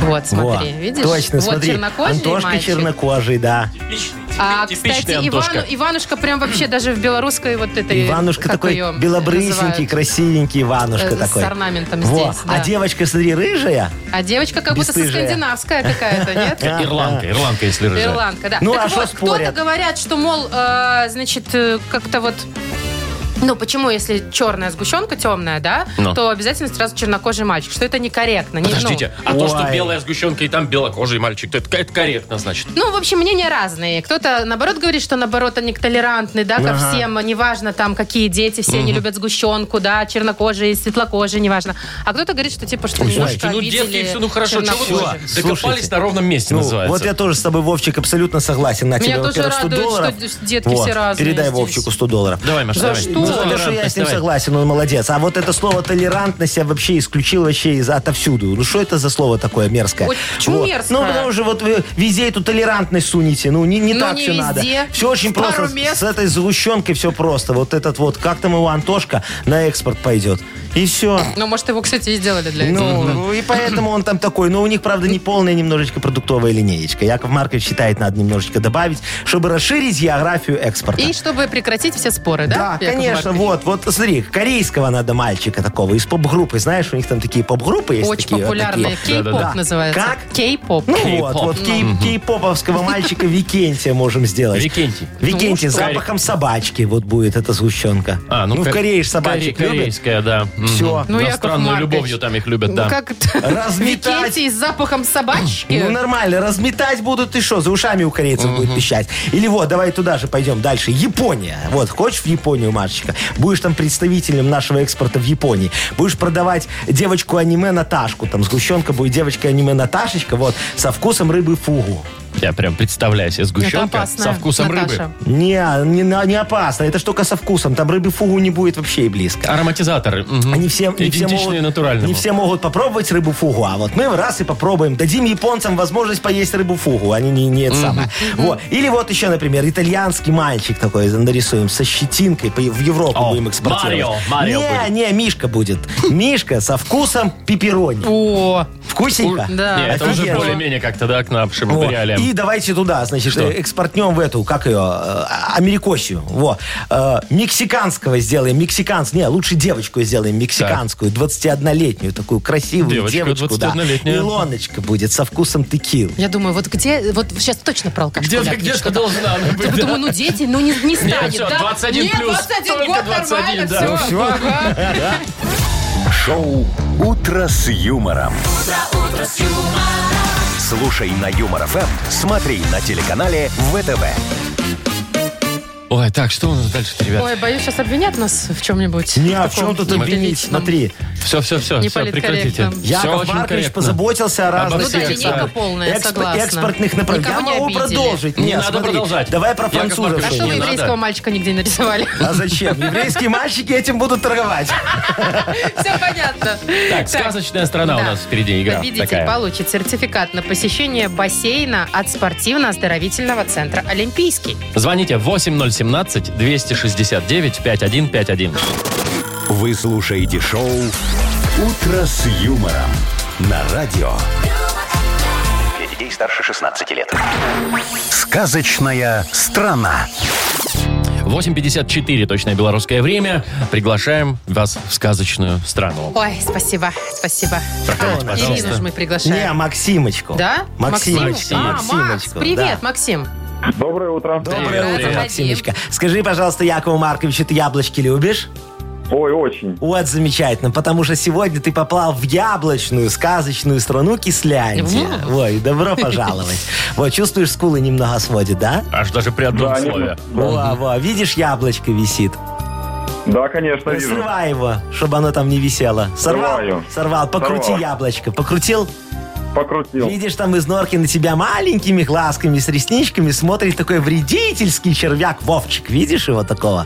[SPEAKER 2] Вот, смотри,
[SPEAKER 1] Во,
[SPEAKER 2] видишь?
[SPEAKER 1] Точно,
[SPEAKER 2] вот
[SPEAKER 1] смотри.
[SPEAKER 2] чернокожий
[SPEAKER 1] Антошка
[SPEAKER 2] мальчик.
[SPEAKER 1] чернокожий, да.
[SPEAKER 3] Типичный,
[SPEAKER 2] А,
[SPEAKER 3] типичный
[SPEAKER 2] кстати,
[SPEAKER 3] Антошка.
[SPEAKER 2] Ивану- Иванушка прям вообще даже в белорусской вот этой...
[SPEAKER 1] Иванушка
[SPEAKER 2] как
[SPEAKER 1] такой
[SPEAKER 2] ее
[SPEAKER 1] белобрысенький,
[SPEAKER 2] называют?
[SPEAKER 1] красивенький Иванушка
[SPEAKER 2] Э, с
[SPEAKER 1] такой.
[SPEAKER 2] орнаментом
[SPEAKER 1] Во.
[SPEAKER 2] здесь, да.
[SPEAKER 1] А девочка, смотри, рыжая.
[SPEAKER 2] А девочка как будто со
[SPEAKER 1] Бесстыжая.
[SPEAKER 2] скандинавская какая-то, нет?
[SPEAKER 1] Да.
[SPEAKER 3] Ирландка, ирландка, если рыжая.
[SPEAKER 2] Ирландка, да.
[SPEAKER 1] Ну,
[SPEAKER 2] так
[SPEAKER 1] а что
[SPEAKER 2] вот, кто-то
[SPEAKER 1] спорят?
[SPEAKER 2] говорят, что, мол, э, значит, э, как-то вот... Ну, почему, если черная сгущенка темная, да,
[SPEAKER 3] Ну.
[SPEAKER 2] то обязательно сразу чернокожий мальчик, что это некорректно. не- ну,
[SPEAKER 3] Подождите, а то, что
[SPEAKER 1] Ой.
[SPEAKER 3] белая сгущенка и там белокожий мальчик, то это, это корректно, значит.
[SPEAKER 2] Ну, в общем, мнения разные. Кто-то, наоборот, говорит, что, наоборот, они толерантны, да, ко всем. Неважно, там, какие дети, все они любят сгущенку, да, чернокожие, светлокожие, неважно. А кто-то говорит, что, типа, что немножко
[SPEAKER 3] Слушайте, ну
[SPEAKER 2] обидели
[SPEAKER 3] детки, все, ну хорошо, чего вы
[SPEAKER 2] чернокожих.
[SPEAKER 3] уже
[SPEAKER 1] Слушайте.
[SPEAKER 3] докопались на ровном месте,
[SPEAKER 1] Ну,
[SPEAKER 3] называется.
[SPEAKER 1] вот я тоже с тобой, Вовчик, абсолютно согласен. На
[SPEAKER 2] Меня
[SPEAKER 1] тебе,
[SPEAKER 2] тоже
[SPEAKER 1] во-первых, 100
[SPEAKER 2] радует,
[SPEAKER 1] долларов.
[SPEAKER 2] что детки все разные
[SPEAKER 1] Передай
[SPEAKER 2] здесь.
[SPEAKER 1] Вовчику 100 долларов.
[SPEAKER 3] Давай, Маша,
[SPEAKER 2] За
[SPEAKER 3] давай.
[SPEAKER 2] что?
[SPEAKER 1] Ну, за то, что я с ним
[SPEAKER 3] Давай.
[SPEAKER 1] согласен, он молодец. А вот это слово толерантность я вообще исключил вообще из отовсюду. Ну что это за слово такое мерзкое?
[SPEAKER 2] Ой, почему мерзкое?
[SPEAKER 1] Ну потому что вот вы везде эту толерантность сунете. Ну не, не
[SPEAKER 2] Ну,
[SPEAKER 1] так
[SPEAKER 2] не
[SPEAKER 1] все
[SPEAKER 2] везде.
[SPEAKER 1] надо. Все очень
[SPEAKER 2] Пару
[SPEAKER 1] просто. С-
[SPEAKER 2] мест.
[SPEAKER 1] С этой сгущенкой все просто. Вот этот вот, как там его Антошка, на экспорт пойдет. И все.
[SPEAKER 2] Ну, может, его, кстати, и сделали для этого.
[SPEAKER 1] Ну, и поэтому он там такой. Но у них, правда, не полная немножечко продуктовая линеечка. Яков Маркович считает, надо немножечко добавить, чтобы расширить географию экспорта.
[SPEAKER 2] И чтобы прекратить все споры, да?
[SPEAKER 1] Да,
[SPEAKER 2] Яков
[SPEAKER 1] конечно,
[SPEAKER 2] Маркович?
[SPEAKER 1] вот, вот смотри, корейского надо мальчика такого из поп-группы, знаешь, у них там такие поп-группы есть.
[SPEAKER 2] Очень
[SPEAKER 1] такие, вот
[SPEAKER 2] популярные.
[SPEAKER 1] такие.
[SPEAKER 2] Кей-поп
[SPEAKER 1] Да-да-да.
[SPEAKER 2] называется.
[SPEAKER 1] Как?
[SPEAKER 2] Кей-поп.
[SPEAKER 1] Ну
[SPEAKER 3] Кей-поп.
[SPEAKER 1] вот, вот кей- кей-поповского мальчика Викентия можем сделать.
[SPEAKER 3] Викентий.
[SPEAKER 1] Викентий,
[SPEAKER 2] Ну,
[SPEAKER 1] с
[SPEAKER 3] что?
[SPEAKER 1] запахом собачки вот будет эта сгущенка. ну в
[SPEAKER 3] ко-
[SPEAKER 1] Корее ж собачек
[SPEAKER 3] коре-
[SPEAKER 1] любят.
[SPEAKER 3] А, Корейская, да. Мгм.
[SPEAKER 1] Все.
[SPEAKER 2] Ну, Яков
[SPEAKER 3] Иностранную
[SPEAKER 2] Маркович.
[SPEAKER 3] любовью там их любят,
[SPEAKER 2] Ну,
[SPEAKER 3] да.
[SPEAKER 2] как это?
[SPEAKER 1] Разметать.
[SPEAKER 2] Викентий с запахом собачки?
[SPEAKER 1] Ну, нормально, разметать будут и что, за ушами у корейцев будет пищать. Или вот, давай туда же пойдем дальше. Япония. Вот, хочешь в Японию, Машечка? Будешь там представителем нашего экспорта в Японии. Будешь продавать девочку-аниме Наташку. Там сгущенка будет девочка-аниме Наташечка, вот, со вкусом рыбы фугу.
[SPEAKER 3] Я прям представляю себе
[SPEAKER 2] Это
[SPEAKER 3] сгущенка
[SPEAKER 2] опасно,
[SPEAKER 3] со вкусом
[SPEAKER 2] Наташа.
[SPEAKER 3] рыбы.
[SPEAKER 1] Не, не, не опасно, это ж только со вкусом. Там рыбы фугу не будет вообще и близко.
[SPEAKER 3] Ароматизаторы. мгм.
[SPEAKER 1] Они все, не все
[SPEAKER 3] Идентичные
[SPEAKER 1] могут,
[SPEAKER 3] натуральному.
[SPEAKER 1] не все могут попробовать рыбу фугу, а вот мы раз и попробуем. Дадим японцам возможность поесть рыбу фугу, они не, не это самое. Вот. Или вот еще, например, итальянский мальчик такой нарисуем со щетинкой, по- в Европу
[SPEAKER 3] О,
[SPEAKER 1] будем экспортировать.
[SPEAKER 3] Марио, Марио
[SPEAKER 1] не,
[SPEAKER 3] будет.
[SPEAKER 1] не, Мишка будет. Мишка со вкусом пепперони.
[SPEAKER 2] О,
[SPEAKER 1] Вкусненько?
[SPEAKER 2] Да.
[SPEAKER 3] Не, это уже
[SPEAKER 1] Офигенно.
[SPEAKER 3] более-менее как-то, да, к нашим
[SPEAKER 1] Во.
[SPEAKER 3] реалиям.
[SPEAKER 1] И давайте туда, значит,
[SPEAKER 3] Что?
[SPEAKER 1] э, экспортнем в эту, как ее, э, америкосию. Во. Э, Мексиканского сделаем, мексиканс. Не, лучше девочку сделаем, мексиканскую, 21-летнюю, такую красивую
[SPEAKER 3] Девочка
[SPEAKER 1] девочку. да.
[SPEAKER 3] 21-летняя.
[SPEAKER 1] Илоночка будет со вкусом текил.
[SPEAKER 2] Я думаю, вот где, вот сейчас точно про алкашку
[SPEAKER 3] Где-то
[SPEAKER 2] ляпнет
[SPEAKER 3] где-то
[SPEAKER 2] что-то.
[SPEAKER 3] должна она быть,
[SPEAKER 2] Я
[SPEAKER 3] да.
[SPEAKER 2] думаю, ну дети, ну не, не станет,
[SPEAKER 3] всё,
[SPEAKER 2] да?
[SPEAKER 3] 21
[SPEAKER 2] Нет,
[SPEAKER 3] плюс,
[SPEAKER 2] 21
[SPEAKER 3] только
[SPEAKER 2] год
[SPEAKER 3] 21,
[SPEAKER 2] нормально,
[SPEAKER 3] да.
[SPEAKER 2] все.
[SPEAKER 3] Ну
[SPEAKER 1] всё.
[SPEAKER 2] Ага.
[SPEAKER 4] Шоу «Утро с юмором». Слушай на Юмор ФМ, смотри на телеканале ВТВ.
[SPEAKER 3] Ой, так, что у нас дальше, ребят?
[SPEAKER 2] Ой, боюсь, сейчас обвинят нас в чем-нибудь.
[SPEAKER 1] Не, а
[SPEAKER 2] Таком
[SPEAKER 1] в чем тут обвинить?
[SPEAKER 2] приличном.
[SPEAKER 1] Смотри,
[SPEAKER 3] Все, все, все,
[SPEAKER 2] Не
[SPEAKER 3] все, прекратите.
[SPEAKER 2] политкорректно.
[SPEAKER 3] все
[SPEAKER 1] Яков
[SPEAKER 3] очень
[SPEAKER 1] Маркович
[SPEAKER 3] корректно.
[SPEAKER 1] позаботился о разных
[SPEAKER 2] Ну да,
[SPEAKER 3] Обо
[SPEAKER 1] этих
[SPEAKER 3] всех
[SPEAKER 2] линейка
[SPEAKER 3] самых.
[SPEAKER 2] полная,
[SPEAKER 1] экспо-
[SPEAKER 2] согласна.
[SPEAKER 1] экспортных направлений.
[SPEAKER 2] Никого
[SPEAKER 1] Я
[SPEAKER 2] не
[SPEAKER 1] могу
[SPEAKER 2] обидели.
[SPEAKER 1] продолжить.
[SPEAKER 3] Не
[SPEAKER 1] Нет,
[SPEAKER 3] надо
[SPEAKER 1] смотри,
[SPEAKER 3] продолжать.
[SPEAKER 1] Давай про
[SPEAKER 3] Яков
[SPEAKER 1] французов.
[SPEAKER 3] Маркович,
[SPEAKER 2] А что вы
[SPEAKER 3] Не надо.
[SPEAKER 2] еврейского мальчика нигде не нарисовали?
[SPEAKER 1] А зачем? Еврейские мальчики этим будут торговать.
[SPEAKER 2] Все понятно.
[SPEAKER 3] Так, сказочная страна у
[SPEAKER 2] Да.
[SPEAKER 3] нас впереди игра.
[SPEAKER 2] Победитель
[SPEAKER 3] такая.
[SPEAKER 2] получит сертификат на посещение бассейна от спортивно-оздоровительного центра «Олимпийский».
[SPEAKER 3] Звоните 8017-269-5151.
[SPEAKER 4] Вы слушаете шоу «Утро с юмором» на радио.
[SPEAKER 5] Для детей старше 16 лет.
[SPEAKER 4] Сказочная страна.
[SPEAKER 3] 8.54, точное белорусское время. Приглашаем вас в сказочную страну.
[SPEAKER 2] Ой, спасибо, спасибо.
[SPEAKER 3] Проходите,
[SPEAKER 2] А, Ирину же
[SPEAKER 3] пожалуйста.
[SPEAKER 2] мы
[SPEAKER 1] Не,
[SPEAKER 2] приглашаем.
[SPEAKER 1] Максимочку.
[SPEAKER 2] Да?
[SPEAKER 1] Максимочку.
[SPEAKER 2] Максим? А, Макс,
[SPEAKER 1] Максимочку,
[SPEAKER 2] привет,
[SPEAKER 1] да.
[SPEAKER 2] Максим.
[SPEAKER 3] Ну.
[SPEAKER 8] Доброе утро.
[SPEAKER 3] Привет,
[SPEAKER 1] Доброе утро,
[SPEAKER 3] привет.
[SPEAKER 1] Максимочка. Скажи, пожалуйста, Якову Марковичу, ты яблочки любишь?
[SPEAKER 8] Ой, очень.
[SPEAKER 1] Вот, замечательно, потому что сегодня ты попал в яблочную сказочную страну Кисляндия. Ой, добро пожаловать. Вот, чувствуешь, скулы немного сводит, да?
[SPEAKER 3] Аж даже при одном слове.
[SPEAKER 1] Во, во, видишь, яблочко висит.
[SPEAKER 8] Да, конечно,
[SPEAKER 1] Ну, Срывай его, чтобы оно там не висело. Сорвал?
[SPEAKER 8] Срываю.
[SPEAKER 1] Сорвал. Покрути
[SPEAKER 8] Сорвал.
[SPEAKER 1] яблочко. Покрутил?
[SPEAKER 8] Покрутил.
[SPEAKER 1] Видишь, там из норки на тебя маленькими глазками с ресничками смотрит такой вредительский червяк Вовчик. Видишь его такого?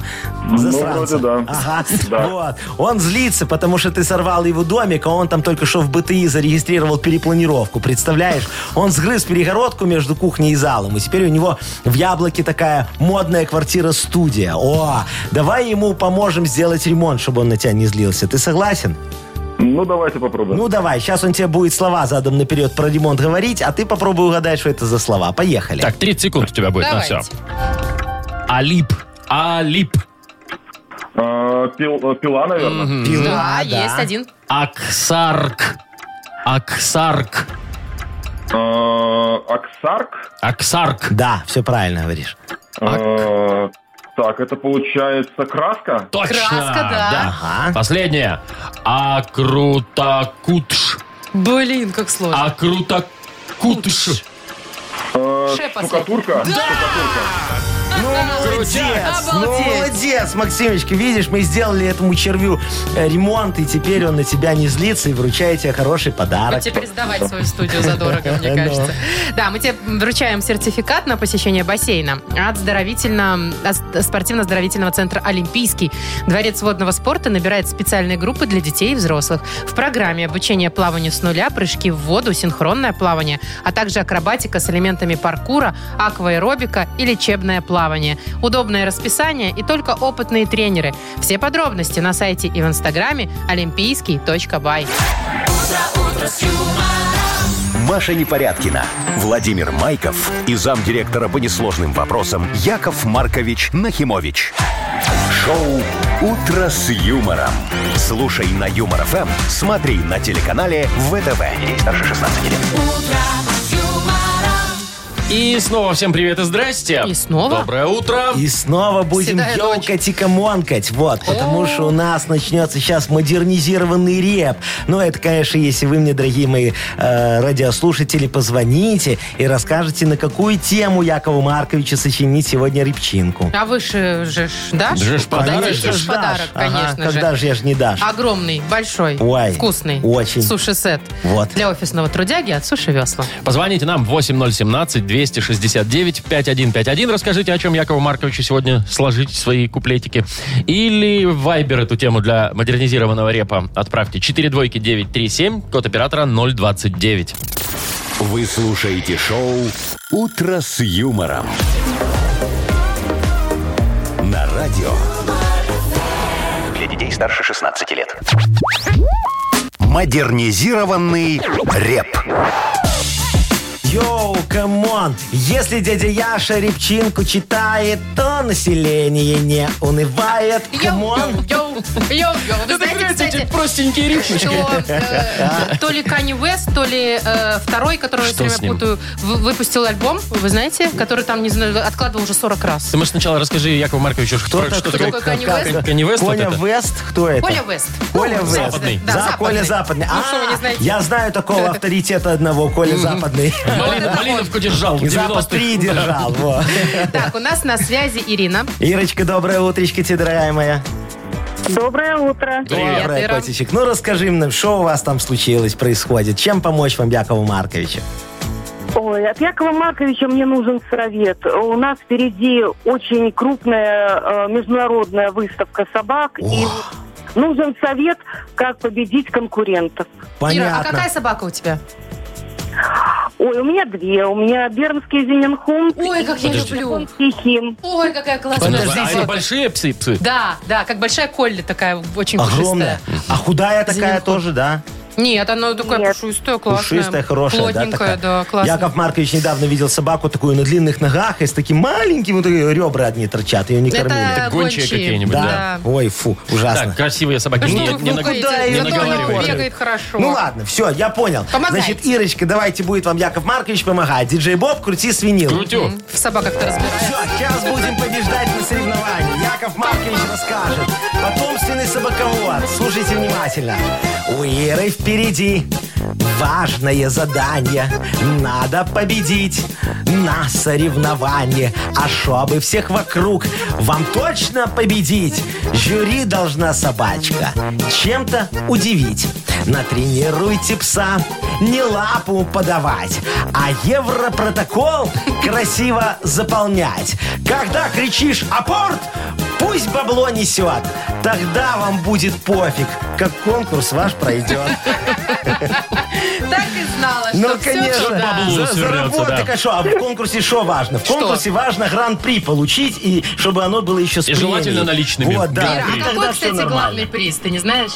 [SPEAKER 1] Засранца.
[SPEAKER 8] Ну, вроде да.
[SPEAKER 1] Ага.
[SPEAKER 8] Да.
[SPEAKER 1] Вот. Он злится, потому что ты сорвал его домик, а он там только что в БТИ зарегистрировал перепланировку. Представляешь? Он сгрыз перегородку между кухней и залом. И теперь у него в яблоке такая модная квартира-студия. О, давай ему поможем сделать ремонт, чтобы он на тебя не злился. Ты согласен?
[SPEAKER 8] Ну, давайте попробуем.
[SPEAKER 1] Ну давай, сейчас он тебе будет слова задом наперед про ремонт говорить, а ты попробуй угадать, что это за слова. Поехали.
[SPEAKER 3] Так, 30 секунд у тебя будет на
[SPEAKER 2] Давайте.
[SPEAKER 3] все. Алип. Алип.
[SPEAKER 8] А, пил- пила, наверное.
[SPEAKER 1] Пила,
[SPEAKER 2] Да, есть один.
[SPEAKER 3] Аксарк. Аксарк.
[SPEAKER 8] А, Аксарк.
[SPEAKER 3] Аксарк.
[SPEAKER 1] Да, все правильно говоришь.
[SPEAKER 8] А, Так, это получается краска.
[SPEAKER 3] Точно.
[SPEAKER 2] Краска, да.
[SPEAKER 1] Ага.
[SPEAKER 3] Последнее. Акрутакутш.
[SPEAKER 2] Блин, как сложно.
[SPEAKER 3] Акрутакутш.
[SPEAKER 8] А,
[SPEAKER 2] Ше последний.
[SPEAKER 8] Штукатурка.
[SPEAKER 1] Ну, молодец, ну,
[SPEAKER 2] Обалдеть.
[SPEAKER 1] молодец, Максимочка. Видишь, мы сделали этому червю э, ремонт, и теперь он на тебя не злится и вручает тебе хороший
[SPEAKER 2] Вот
[SPEAKER 1] подарок.
[SPEAKER 2] теперь сдавать свою студию задорого, мне
[SPEAKER 1] Ну.
[SPEAKER 2] кажется. Да, мы тебе вручаем сертификат на посещение бассейна от здоровительно- от спортивно-оздоровительного центра «Олимпийский». Дворец водного спорта набирает специальные группы для детей и взрослых. В программе обучение плаванию с нуля, прыжки в воду, синхронное плавание, а также акробатика с элементами паркура, акваэробика и лечебное плавание. Удобное расписание и только опытные тренеры. Все подробности на сайте и в инстаграме олимпийский.бай.
[SPEAKER 4] Маша Непорядкина, Владимир Майков и замдиректора по несложным вопросам Яков Маркович Нахимович. Шоу «Утро с юмором». Слушай на Юмор ФМ, смотри на телеканале ВТВ. Ей старше 16 лет.
[SPEAKER 3] И снова всем привет и здрасте.
[SPEAKER 2] И снова?
[SPEAKER 3] Доброе утро.
[SPEAKER 1] И снова будем
[SPEAKER 2] Седая ночь.
[SPEAKER 1] елкать и комонкать. Вот, потому что у нас начнется сейчас модернизированный реп. Ну, это, конечно, если вы мне, дорогие мои э, радиослушатели, позвоните и расскажете, на какую тему Якову Марковичу сочинить сегодня репчинку.
[SPEAKER 2] А вы же, же ж дашь?
[SPEAKER 3] Же ж подарок
[SPEAKER 2] Дадите
[SPEAKER 3] же
[SPEAKER 1] ж
[SPEAKER 2] ж подарок,
[SPEAKER 1] дашь. Ага,
[SPEAKER 2] конечно же. А
[SPEAKER 1] Когда же я ж не дашь?
[SPEAKER 2] Огромный, большой,
[SPEAKER 1] Ой,
[SPEAKER 2] вкусный.
[SPEAKER 1] очень.
[SPEAKER 2] Суши-сет.
[SPEAKER 1] Вот.
[SPEAKER 2] Для офисного трудяги от Суши Весла.
[SPEAKER 3] Позвоните нам 8017-269-5151. Расскажите, о чем Якову Марковичу сегодня сложить свои куплетики. Или в Viber эту тему для модернизированного репа отправьте. 4 двойки 937, код оператора 029.
[SPEAKER 4] Вы слушаете шоу «Утро с юмором». На радио
[SPEAKER 5] Для детей старше 16 лет.
[SPEAKER 4] «Модернизированный реп».
[SPEAKER 1] Йоу, камон! Если дядя Яша репчинку читает, то население не унывает. Камон!
[SPEAKER 2] Йоу, йоу, йоу. Вы знаете, кстати,
[SPEAKER 3] простенькие
[SPEAKER 2] что э, то ли Канни Уэст, то ли э, второй, который я
[SPEAKER 3] Что
[SPEAKER 2] все
[SPEAKER 3] с ним?
[SPEAKER 2] время путаю, вы- выпустил альбом, вы знаете, который там, не знаю, откладывал уже 40 раз.
[SPEAKER 3] Ты, может, сначала расскажи Якову Марковичу, что,
[SPEAKER 1] Кто-то-
[SPEAKER 3] что
[SPEAKER 1] кто-
[SPEAKER 3] такое
[SPEAKER 2] такой Канни
[SPEAKER 1] как-
[SPEAKER 2] Уэст?
[SPEAKER 3] Канни Вест вот
[SPEAKER 1] Коля
[SPEAKER 3] это?
[SPEAKER 1] Вест? Кто это?
[SPEAKER 2] Коля Вест.
[SPEAKER 1] Коля
[SPEAKER 2] Ну,
[SPEAKER 1] Вест.
[SPEAKER 3] Западный.
[SPEAKER 2] Да,
[SPEAKER 1] За- Коля Западный.
[SPEAKER 2] Ну, что вы
[SPEAKER 1] А,
[SPEAKER 2] не знаете?
[SPEAKER 1] Я знаю такого авторитета одного, Коля Западный.
[SPEAKER 2] Ну,
[SPEAKER 3] Малин- Малиновку держал в
[SPEAKER 1] Запад
[SPEAKER 3] 90-х.
[SPEAKER 1] 3 держал. во.
[SPEAKER 2] Так, у нас на связи Ирина. а
[SPEAKER 1] Ирочка, доброе утречко тебе, дорогая моя.
[SPEAKER 7] Доброе утро.
[SPEAKER 2] Привет,
[SPEAKER 1] Доброе,
[SPEAKER 2] Ира.
[SPEAKER 1] котичек. Ну, расскажи мне, что у вас там случилось, происходит? Чем помочь вам, Якову Марковичу?
[SPEAKER 7] Ой, от Якова Марковича мне нужен совет. У нас впереди очень крупная э, международная выставка собак. И нужен совет, как победить конкурентов.
[SPEAKER 2] Ира, а
[SPEAKER 1] Понятно.
[SPEAKER 2] какая собака у тебя?
[SPEAKER 7] Ой, у меня две. У меня бернский зененхунд
[SPEAKER 2] Ой, как я
[SPEAKER 3] Подожди.
[SPEAKER 2] люблю.
[SPEAKER 7] и хим.
[SPEAKER 2] Ой, какая классная
[SPEAKER 3] Подожди, а это
[SPEAKER 2] собака.
[SPEAKER 3] большие псы, псы?
[SPEAKER 2] Да, да, как большая колли такая, очень
[SPEAKER 1] Огромная.
[SPEAKER 2] пушистая.
[SPEAKER 1] А худая такая
[SPEAKER 2] Зеленый
[SPEAKER 1] тоже, да?
[SPEAKER 2] Нет, она такая
[SPEAKER 7] Нет.
[SPEAKER 2] пушистая, классная.
[SPEAKER 1] Пушистая, хорошая,
[SPEAKER 2] Плотненькая, да,
[SPEAKER 1] да, такая?
[SPEAKER 2] классная.
[SPEAKER 1] Яков Маркович недавно видел собаку такую на длинных ногах и с таким маленьким, вот такие ребра одни торчат, ее не кормили.
[SPEAKER 2] Ну, Это
[SPEAKER 3] Это гончие какие-нибудь,
[SPEAKER 2] да.
[SPEAKER 1] Да. Ой, фу, ужасно.
[SPEAKER 3] Так, красивые собаки.
[SPEAKER 2] Ну,
[SPEAKER 3] не,
[SPEAKER 2] ну,
[SPEAKER 3] не
[SPEAKER 2] ну,
[SPEAKER 3] наг-
[SPEAKER 2] куда
[SPEAKER 3] не
[SPEAKER 2] ее? Зато она
[SPEAKER 3] наговаривай.
[SPEAKER 2] бегает хорошо.
[SPEAKER 1] Ну ладно, все, я понял.
[SPEAKER 2] Помогайте.
[SPEAKER 1] Значит, Ирочка, давайте будет вам Яков Маркович помогать. Диджей Боб, крути свинил.
[SPEAKER 3] Крутю.
[SPEAKER 2] В собаках-то разбирается.
[SPEAKER 1] Все, сейчас будем побеждать на соревновании. Яков Маркович расскажет. Потомственный собаковод. Слушайте внимательно. У Иры впереди важное задание. Надо победить на соревновании. А чтобы всех вокруг вам точно победить, жюри должна собачка чем-то удивить. Натренируйте пса не лапу подавать, а европротокол красиво заполнять. Когда кричишь «Апорт!», пусть бабло несет. Тогда вам будет пофиг, как конкурс ваш пройдет.
[SPEAKER 2] Так и знала, что
[SPEAKER 1] Ну,
[SPEAKER 2] все
[SPEAKER 1] конечно,
[SPEAKER 3] бабло
[SPEAKER 1] за-
[SPEAKER 3] свернется,
[SPEAKER 1] заработай,
[SPEAKER 3] да.
[SPEAKER 1] а что? А в конкурсе что важно? В конкурсе важно гран-при получить, и чтобы оно было еще с
[SPEAKER 3] И желательно
[SPEAKER 1] премией.
[SPEAKER 3] наличными.
[SPEAKER 1] Вот, да.
[SPEAKER 2] Ира,
[SPEAKER 1] И
[SPEAKER 2] а какой,
[SPEAKER 1] тогда всё
[SPEAKER 2] кстати,
[SPEAKER 1] нормально.
[SPEAKER 2] главный приз, ты не знаешь?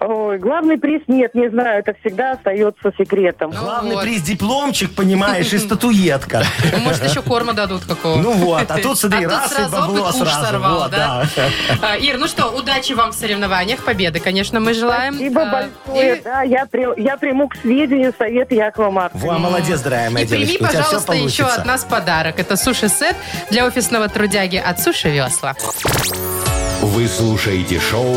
[SPEAKER 7] Ой, главный приз нет, не знаю, это всегда остается секретом.
[SPEAKER 1] Главный
[SPEAKER 2] Ну Вот.
[SPEAKER 1] приз дипломчик, понимаешь, и статуэтка.
[SPEAKER 2] Ну, может, еще корма дадут какого
[SPEAKER 1] Ну вот, а тут, смотри, раз и
[SPEAKER 2] сразу
[SPEAKER 1] бабло
[SPEAKER 2] опыт куш
[SPEAKER 1] сразу.
[SPEAKER 2] сорвал,
[SPEAKER 1] Вот,
[SPEAKER 2] да?
[SPEAKER 1] да.
[SPEAKER 2] А, Ир, ну что, удачи вам в соревнованиях, победы, конечно, мы желаем.
[SPEAKER 7] Спасибо
[SPEAKER 2] А,
[SPEAKER 7] большое.
[SPEAKER 2] и-
[SPEAKER 7] Да, я, при- я приму к сведению совет Якова Марковича.
[SPEAKER 1] Во, молодец, дорогая моя
[SPEAKER 2] И прими,
[SPEAKER 1] девочка, у тебя все
[SPEAKER 2] пожалуйста, еще
[SPEAKER 1] получится.
[SPEAKER 2] от нас подарок. Это суши-сет для офисного трудяги от Суши Весла.
[SPEAKER 4] Вы слушаете шоу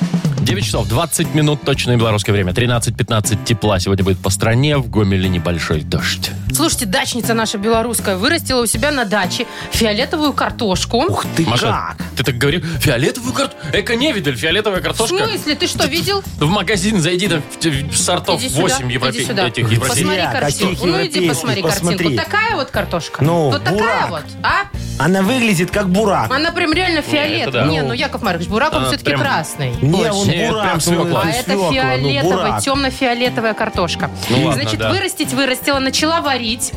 [SPEAKER 3] 9 часов 20 минут точное белорусское время. 13-15 тепла сегодня будет по стране. В Гомеле небольшой дождь.
[SPEAKER 2] Слушайте, дачница наша белорусская вырастила у себя на даче фиолетовую картошку.
[SPEAKER 1] Ух ты,
[SPEAKER 3] Маша,
[SPEAKER 1] как!
[SPEAKER 3] ты так говоришь, фиолетовую картошку? Эко невидаль, фиолетовая
[SPEAKER 2] В
[SPEAKER 3] картошка.
[SPEAKER 2] смысле? Ты что, видел?
[SPEAKER 3] В магазин зайди, там в- в сортов
[SPEAKER 2] Иди сюда,
[SPEAKER 3] 8
[SPEAKER 2] иди
[SPEAKER 3] европей,
[SPEAKER 2] сюда.
[SPEAKER 3] этих
[SPEAKER 2] Посмотри
[SPEAKER 3] европейских.
[SPEAKER 1] Друзья,
[SPEAKER 2] картинку.
[SPEAKER 1] каких
[SPEAKER 2] Ну иди
[SPEAKER 1] европейских,
[SPEAKER 2] посмотри картинку.
[SPEAKER 1] посмотри.
[SPEAKER 2] Вот такая вот картошка.
[SPEAKER 1] Ну,
[SPEAKER 2] вот такая
[SPEAKER 1] бурак.
[SPEAKER 2] вот, а?
[SPEAKER 1] Она выглядит как бурак.
[SPEAKER 2] Она прям реально
[SPEAKER 3] это
[SPEAKER 2] фиолетовая.
[SPEAKER 3] да.
[SPEAKER 2] Не, ну, Яков Маркович, бурак он
[SPEAKER 3] Она
[SPEAKER 2] все-таки
[SPEAKER 3] прям-
[SPEAKER 2] красный.
[SPEAKER 1] Не, он
[SPEAKER 3] Очень. Нет, прям
[SPEAKER 1] бурак. ну,
[SPEAKER 3] свекла.
[SPEAKER 2] А
[SPEAKER 1] ну,
[SPEAKER 2] это
[SPEAKER 1] свекла, ну,
[SPEAKER 2] фиолетовая,
[SPEAKER 1] бурак.
[SPEAKER 2] темно-фиолетовая картошка.
[SPEAKER 3] Ну ладно,
[SPEAKER 2] значит,
[SPEAKER 3] да.
[SPEAKER 2] вырастить вырастила, начала варить.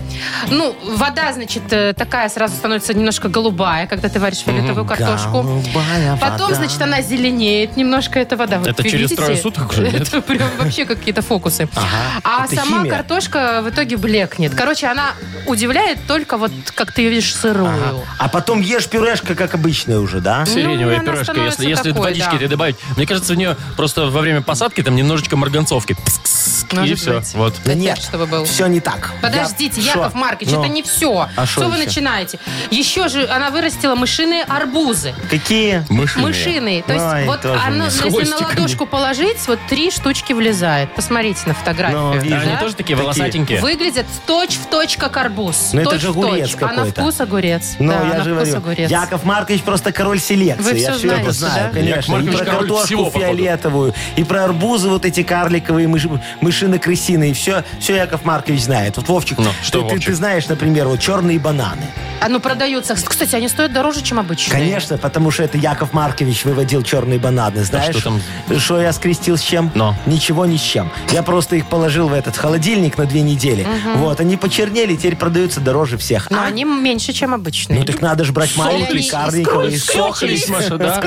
[SPEAKER 2] Ну, вода, значит, э, такая сразу становится немножко голубая, когда ты варишь фиолетовую картошку.
[SPEAKER 1] Голубая
[SPEAKER 2] Потом,
[SPEAKER 1] вода.
[SPEAKER 2] значит, она зеленеет немножко, эта вода. Вот
[SPEAKER 3] Это
[SPEAKER 2] вы
[SPEAKER 3] через
[SPEAKER 2] видите?
[SPEAKER 3] трое суток уже, нет?
[SPEAKER 2] Это прям вообще какие-то фокусы. А
[SPEAKER 1] это
[SPEAKER 2] сама
[SPEAKER 1] химия.
[SPEAKER 2] картошка в итоге блекнет. Короче, она удивляет только вот, как ты ее видишь, сырую.
[SPEAKER 1] Ага. А потом ешь пюрешка, как обычная уже, да?
[SPEAKER 2] Ну,
[SPEAKER 3] Сиреневая
[SPEAKER 2] она
[SPEAKER 3] пюрешка,
[SPEAKER 2] становится
[SPEAKER 3] если, если
[SPEAKER 2] такой,
[SPEAKER 3] водички
[SPEAKER 2] да.
[SPEAKER 3] добавить. Мне кажется, в нее просто во время посадки там немножечко марганцовки. Пс-кс, и
[SPEAKER 2] Может
[SPEAKER 3] все.
[SPEAKER 2] быть.
[SPEAKER 3] Вот.
[SPEAKER 1] Да
[SPEAKER 2] Опять,
[SPEAKER 1] нет,
[SPEAKER 2] чтобы было.
[SPEAKER 1] все не так.
[SPEAKER 2] Подождите,
[SPEAKER 1] Я-
[SPEAKER 2] Яков
[SPEAKER 1] Шо?
[SPEAKER 2] Маркович,
[SPEAKER 1] Ну,
[SPEAKER 2] это не все.
[SPEAKER 1] А
[SPEAKER 2] что
[SPEAKER 1] шо
[SPEAKER 2] вы
[SPEAKER 1] еще?
[SPEAKER 2] начинаете? Еще же она вырастила мышиные арбузы.
[SPEAKER 1] Какие?
[SPEAKER 3] Мышиные.
[SPEAKER 2] Мышиные. То есть
[SPEAKER 1] Ой,
[SPEAKER 2] вот
[SPEAKER 1] тоже
[SPEAKER 2] оно,
[SPEAKER 1] мне.
[SPEAKER 3] С
[SPEAKER 2] если на
[SPEAKER 3] хвостиками.
[SPEAKER 2] ладошку положить, вот три штучки влезает. Посмотрите на фотографию.
[SPEAKER 1] Ну,
[SPEAKER 3] Да,
[SPEAKER 1] вижу.
[SPEAKER 3] они
[SPEAKER 2] Да?
[SPEAKER 3] тоже такие
[SPEAKER 1] Такие.
[SPEAKER 3] волосатенькие.
[SPEAKER 2] Выглядят точь в точь как арбуз.
[SPEAKER 1] Ну, это
[SPEAKER 2] точь
[SPEAKER 1] же
[SPEAKER 2] в точь.
[SPEAKER 1] огурец
[SPEAKER 2] А на
[SPEAKER 1] какой-то.
[SPEAKER 2] вкус огурец.
[SPEAKER 1] Ну,
[SPEAKER 2] да,
[SPEAKER 1] я
[SPEAKER 2] на
[SPEAKER 1] же
[SPEAKER 2] вкус
[SPEAKER 1] говорю,
[SPEAKER 2] огурец.
[SPEAKER 1] Яков Маркович просто король селекции.
[SPEAKER 2] Вы
[SPEAKER 1] я
[SPEAKER 2] всё
[SPEAKER 1] все это
[SPEAKER 2] знаете,
[SPEAKER 1] знаю,
[SPEAKER 2] да?
[SPEAKER 3] Яков
[SPEAKER 1] конечно. И
[SPEAKER 3] Маркович
[SPEAKER 1] про
[SPEAKER 3] король всего,
[SPEAKER 1] картошку
[SPEAKER 3] походу.
[SPEAKER 1] фиолетовую, и про арбузы вот эти карликовые, мыш... мышино-крысиные. Все, все Яков Маркович знает. Вот Вовчик,
[SPEAKER 3] Ну,
[SPEAKER 1] ты-
[SPEAKER 3] что,
[SPEAKER 1] ты,
[SPEAKER 3] Вовчик?
[SPEAKER 1] ты знаешь, например, вот черные бананы.
[SPEAKER 2] А ну, продаются. Кстати, они стоят дороже, чем обычные.
[SPEAKER 1] Конечно, потому что это Яков Маркович выводил черные бананы. Знаешь,
[SPEAKER 3] что там?
[SPEAKER 1] что я скрестил с чем?
[SPEAKER 3] Но.
[SPEAKER 1] Ничего ни с чем. Я просто их положил в этот холодильник на две недели. Вот, они почернели, теперь продаются дороже всех.
[SPEAKER 2] Но
[SPEAKER 1] А?
[SPEAKER 2] они меньше, чем обычные.
[SPEAKER 1] Ну так надо же брать маленькие,
[SPEAKER 2] Солились.
[SPEAKER 1] карликовые.
[SPEAKER 3] Сохлись, Маша, да?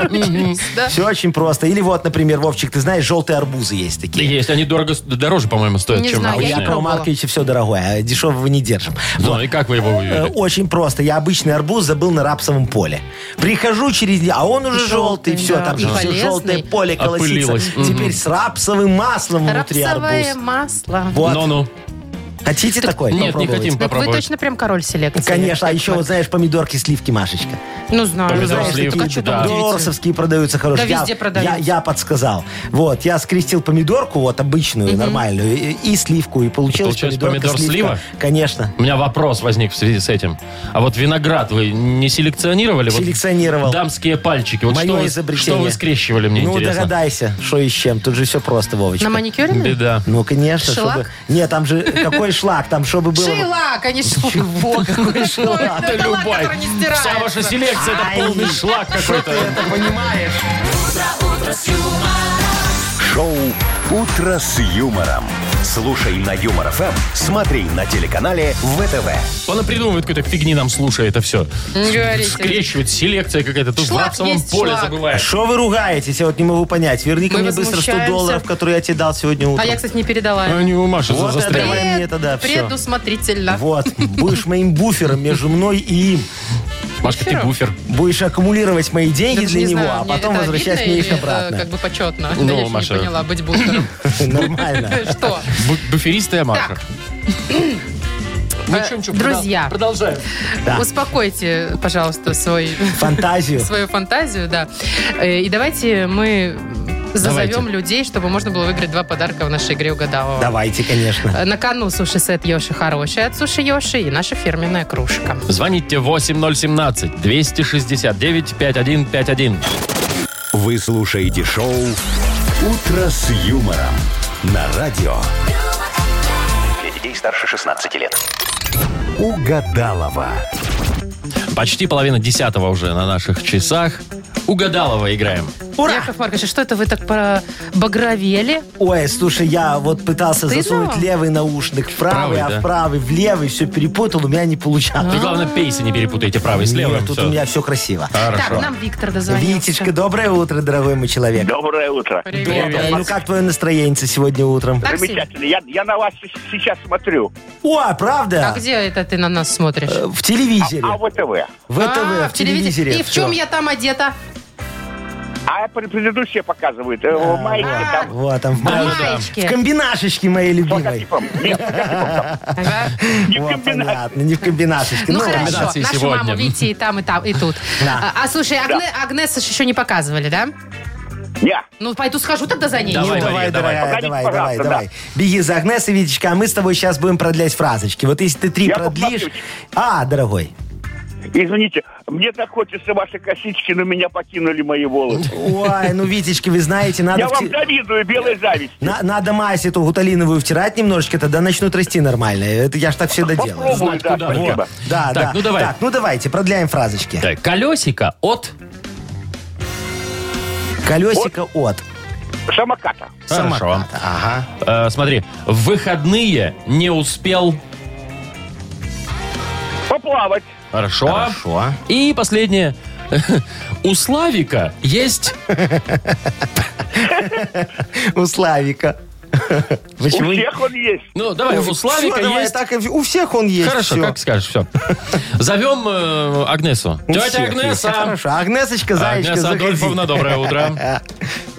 [SPEAKER 2] Да.
[SPEAKER 1] Все очень просто. Или вот, например, Вовчик, ты знаешь, желтые арбузы есть
[SPEAKER 3] Да
[SPEAKER 1] такие.
[SPEAKER 3] Есть, они дорого, дороже, по-моему, стоят,
[SPEAKER 2] Не
[SPEAKER 3] чем
[SPEAKER 2] знаю,
[SPEAKER 1] У
[SPEAKER 2] я
[SPEAKER 3] обычные.
[SPEAKER 2] не
[SPEAKER 1] Якова
[SPEAKER 2] пробовала.
[SPEAKER 1] Марковича все дорогое, а дешевого не держим.
[SPEAKER 3] Ну, и как вы его
[SPEAKER 1] Э,
[SPEAKER 3] вывели?
[SPEAKER 1] Очень просто. Я обычный арбуз забыл на рапсовом поле. Прихожу через день, а он уже
[SPEAKER 2] Желтый,
[SPEAKER 1] желтый. Все,
[SPEAKER 2] да.
[SPEAKER 1] там
[SPEAKER 2] И
[SPEAKER 1] же все
[SPEAKER 2] полезный.
[SPEAKER 1] желтое поле
[SPEAKER 3] Опылилось.
[SPEAKER 1] колосится.
[SPEAKER 3] Мгм.
[SPEAKER 1] Теперь с рапсовым маслом внутри
[SPEAKER 2] Рапсовое
[SPEAKER 1] арбуз.
[SPEAKER 2] масло.
[SPEAKER 1] Вот.
[SPEAKER 3] Ну-ну.
[SPEAKER 1] Хотите такой?
[SPEAKER 3] Нет, не
[SPEAKER 1] Попробовать?
[SPEAKER 3] хотим
[SPEAKER 2] Так вы
[SPEAKER 3] попробовать.
[SPEAKER 2] точно прям король селекции.
[SPEAKER 1] Конечно, а
[SPEAKER 2] Яков
[SPEAKER 1] еще, вот
[SPEAKER 2] Маркович?
[SPEAKER 1] знаешь, помидорки, сливки, Машечка.
[SPEAKER 2] Ну, знаю.
[SPEAKER 3] Помидор,
[SPEAKER 2] знаешь,
[SPEAKER 3] сливки,
[SPEAKER 2] так а что
[SPEAKER 3] да.
[SPEAKER 2] там удивительно?
[SPEAKER 1] Дорсовские продаются хорошие.
[SPEAKER 2] Да
[SPEAKER 1] Я-
[SPEAKER 2] везде продаются.
[SPEAKER 1] Я, я подсказал. Вот, я скрестил помидорку, вот обычную, нормальную, и, и сливку, и получилась
[SPEAKER 3] Получилось
[SPEAKER 1] помидорка,
[SPEAKER 3] помидор,
[SPEAKER 1] сливка.
[SPEAKER 3] слива?
[SPEAKER 1] Конечно.
[SPEAKER 3] У меня вопрос возник в связи с этим. А вот виноград вы не селекционировали? Вот
[SPEAKER 1] Селекционировал.
[SPEAKER 3] дамские пальчики. Вот
[SPEAKER 1] Мое
[SPEAKER 3] что, вы,
[SPEAKER 1] изобретение.
[SPEAKER 3] что вы скрещивали, мне
[SPEAKER 1] ну,
[SPEAKER 3] интересно.
[SPEAKER 1] догадайся, что и с чем. Тут же все просто, Вовочка.
[SPEAKER 2] На маникюренной?
[SPEAKER 3] Беда.
[SPEAKER 1] Ну, конечно,
[SPEAKER 2] Шлак?
[SPEAKER 1] чтобы... Нет, там же... Какой шлак? Там, чтобы было...
[SPEAKER 2] Шейлак, а не шлак. Во, какой шлак.
[SPEAKER 3] Да
[SPEAKER 2] Ну, Это лак,
[SPEAKER 3] любой.
[SPEAKER 2] который не
[SPEAKER 3] Вся ваша
[SPEAKER 2] стирается.
[SPEAKER 3] селекция, это
[SPEAKER 1] Ай.
[SPEAKER 3] полный шлак какой-то.
[SPEAKER 4] Шоу «Утро с юмором». Слушай на Юмор ФМ, смотри на телеканале ВТВ.
[SPEAKER 3] Она придумывает какой-то фигни нам, слушая это все.
[SPEAKER 2] Не Ну, говорите.
[SPEAKER 3] Скрещивает, селекция какая-то. Тут в
[SPEAKER 2] Шлак
[SPEAKER 3] рапсовом
[SPEAKER 2] есть
[SPEAKER 3] поле
[SPEAKER 2] шлак.
[SPEAKER 3] забываешь.
[SPEAKER 1] Что вы ругаетесь? Я вот не могу понять. Верни ко
[SPEAKER 2] Мы
[SPEAKER 1] мне быстро 100
[SPEAKER 2] возмущаемся.
[SPEAKER 1] долларов, которые я тебе дал сегодня утром.
[SPEAKER 2] А я, кстати, не передала.
[SPEAKER 3] А не у Маши
[SPEAKER 1] Вот это
[SPEAKER 3] застряла.
[SPEAKER 1] Ну, Давай мне это, да, всё.
[SPEAKER 2] Предусмотрительно.
[SPEAKER 1] Вот, будешь моим буфером между мной и им.
[SPEAKER 3] Машка, ты буфер.
[SPEAKER 1] Будешь аккумулировать мои деньги
[SPEAKER 2] Даже
[SPEAKER 1] для
[SPEAKER 2] не
[SPEAKER 1] него,
[SPEAKER 2] знаю,
[SPEAKER 1] а
[SPEAKER 2] мне
[SPEAKER 1] потом
[SPEAKER 2] это
[SPEAKER 1] возвращать
[SPEAKER 2] обидно
[SPEAKER 1] мне их
[SPEAKER 2] или, э, Как
[SPEAKER 1] обратно.
[SPEAKER 2] бы почетно.
[SPEAKER 3] Ну,
[SPEAKER 2] Да я ещё
[SPEAKER 3] Маша.
[SPEAKER 2] не поняла, быть бухгалтером.
[SPEAKER 1] Нормально.
[SPEAKER 2] Что?
[SPEAKER 3] Бу- Буферистая Маша.
[SPEAKER 2] Так.
[SPEAKER 3] Ну,
[SPEAKER 2] Э,
[SPEAKER 3] чё, чё,
[SPEAKER 2] друзья.
[SPEAKER 3] продол- Продолжаем.
[SPEAKER 1] Да.
[SPEAKER 2] Успокойте, пожалуйста, свой,
[SPEAKER 1] Фантазию.
[SPEAKER 2] свою фантазию, да. Э, И давайте мы зазовем
[SPEAKER 3] Давайте.
[SPEAKER 2] людей, чтобы можно было выиграть два подарка в нашей игре угадалова.
[SPEAKER 1] Давайте, конечно.
[SPEAKER 2] Э, На кону суши-сет Йоши хороший от суши Йоши и наша фирменная кружка.
[SPEAKER 3] Звоните 8017-269-5151.
[SPEAKER 4] Вы слушаете шоу «Утро с юмором» на радио
[SPEAKER 5] Для детей старше 16 лет.
[SPEAKER 4] «Угадалова».
[SPEAKER 3] Почти половина десятого уже на наших часах. Угадалова играем.
[SPEAKER 2] Яков Маркович, а что это вы так пробагровели?
[SPEAKER 1] Ой, слушай, я вот пытался
[SPEAKER 2] Ты
[SPEAKER 1] засунуть
[SPEAKER 2] знала?
[SPEAKER 1] левый наушник в правый,
[SPEAKER 3] Правый,
[SPEAKER 1] а
[SPEAKER 3] да.
[SPEAKER 1] в правый, в левый, все перепутал, у меня не
[SPEAKER 3] Вы,
[SPEAKER 2] А?
[SPEAKER 1] получалось.
[SPEAKER 3] главное, пейсы не перепутайте правый с левым.
[SPEAKER 1] Нет, тут
[SPEAKER 3] Всё. А?
[SPEAKER 1] у меня все красиво.
[SPEAKER 2] Так,
[SPEAKER 3] Хорошо.
[SPEAKER 2] нам Виктор дозвонился.
[SPEAKER 1] Витечка, доброе утро, дорогой мой человек.
[SPEAKER 9] Доброе утро.
[SPEAKER 2] Привет.
[SPEAKER 1] Доброе. Ну как твое настроение сегодня утром?
[SPEAKER 2] Так, Сим,
[SPEAKER 9] Замечательно. Я, я на вас с- сейчас смотрю.
[SPEAKER 1] О,
[SPEAKER 2] а
[SPEAKER 1] правда?
[SPEAKER 2] где это ты на нас смотришь?
[SPEAKER 1] Э, В телевизоре.
[SPEAKER 9] А вот и вы.
[SPEAKER 1] В
[SPEAKER 2] А,
[SPEAKER 1] ТВ, в телевизоре.
[SPEAKER 2] И в чем
[SPEAKER 1] всё.
[SPEAKER 2] я там одета?
[SPEAKER 9] А пр- предыдущие показывают. Э, в майке там.
[SPEAKER 1] Вот там в
[SPEAKER 2] На
[SPEAKER 1] моей-
[SPEAKER 2] маечке.
[SPEAKER 1] В комбинашечке моей
[SPEAKER 9] По
[SPEAKER 1] любимой.
[SPEAKER 9] костюмам. Нет,
[SPEAKER 2] Ага.
[SPEAKER 9] не в
[SPEAKER 1] Вот,
[SPEAKER 9] комбинации.
[SPEAKER 1] понятно, не в комбинашечке.
[SPEAKER 2] Ну
[SPEAKER 1] Ну, ладно.
[SPEAKER 2] хорошо,
[SPEAKER 3] комбинации
[SPEAKER 2] нашу
[SPEAKER 3] сегодня.
[SPEAKER 2] маму, видите, и там, и там, и тут.
[SPEAKER 1] Да.
[SPEAKER 2] А а, слушай, Агне- Агнеса ж еще не показывали, да?
[SPEAKER 9] Не.
[SPEAKER 2] Ну, пойду схожу тогда за ней.
[SPEAKER 3] Давай, Мария,
[SPEAKER 2] Ну,
[SPEAKER 3] давай.
[SPEAKER 1] Давай, дорогая,
[SPEAKER 9] Погодите,
[SPEAKER 1] давай, давай,
[SPEAKER 9] пожалуйста,
[SPEAKER 1] давай. Беги за Агнесой, Витечка, а мы с тобой сейчас будем продлять фразочки. Вот если ты три
[SPEAKER 9] Я
[SPEAKER 1] продлишь...
[SPEAKER 9] посмотрю.
[SPEAKER 1] А, дорогой.
[SPEAKER 9] Извините, мне так хочется ваши косички, но меня покинули мои волосы.
[SPEAKER 1] Ой, ну, Витечки, вы знаете, надо...
[SPEAKER 9] Я
[SPEAKER 1] в
[SPEAKER 9] вам
[SPEAKER 1] те-
[SPEAKER 9] завидую, белая зависть.
[SPEAKER 1] на- надо мазь эту гуталиновую втирать немножечко, тогда начнут расти нормально. Это я ж так всегда делаю.
[SPEAKER 9] Попробую, да,
[SPEAKER 3] куда,
[SPEAKER 9] спасибо.
[SPEAKER 1] Вот. Да,
[SPEAKER 3] Так,
[SPEAKER 1] да.
[SPEAKER 3] ну давай.
[SPEAKER 1] Так, ну давайте, продляем фразочки.
[SPEAKER 3] Так, колесико от...
[SPEAKER 1] Колесико от.
[SPEAKER 9] Самоката.
[SPEAKER 3] Хорошо.
[SPEAKER 1] Ага.
[SPEAKER 3] Э, смотри, в выходные не успел...
[SPEAKER 9] Поплавать.
[SPEAKER 3] Хорошо.
[SPEAKER 1] Хорошо.
[SPEAKER 3] И последнее. У Славика есть...
[SPEAKER 1] У Славика.
[SPEAKER 9] У
[SPEAKER 1] Почему?
[SPEAKER 9] всех он есть.
[SPEAKER 3] Ну, давай, у Славика
[SPEAKER 1] Всё, давай,
[SPEAKER 3] есть...
[SPEAKER 1] так и в- у всех он есть.
[SPEAKER 3] Хорошо,
[SPEAKER 1] всё.
[SPEAKER 3] как скажешь, все. Зовем э, Агнесу.
[SPEAKER 1] У
[SPEAKER 3] Тетя
[SPEAKER 1] всех есть.
[SPEAKER 3] Агнеса!
[SPEAKER 1] Хорошо, Агнесочка, Заячка,
[SPEAKER 3] Агнеса
[SPEAKER 1] заходи.
[SPEAKER 3] Адольфовна, доброе утро.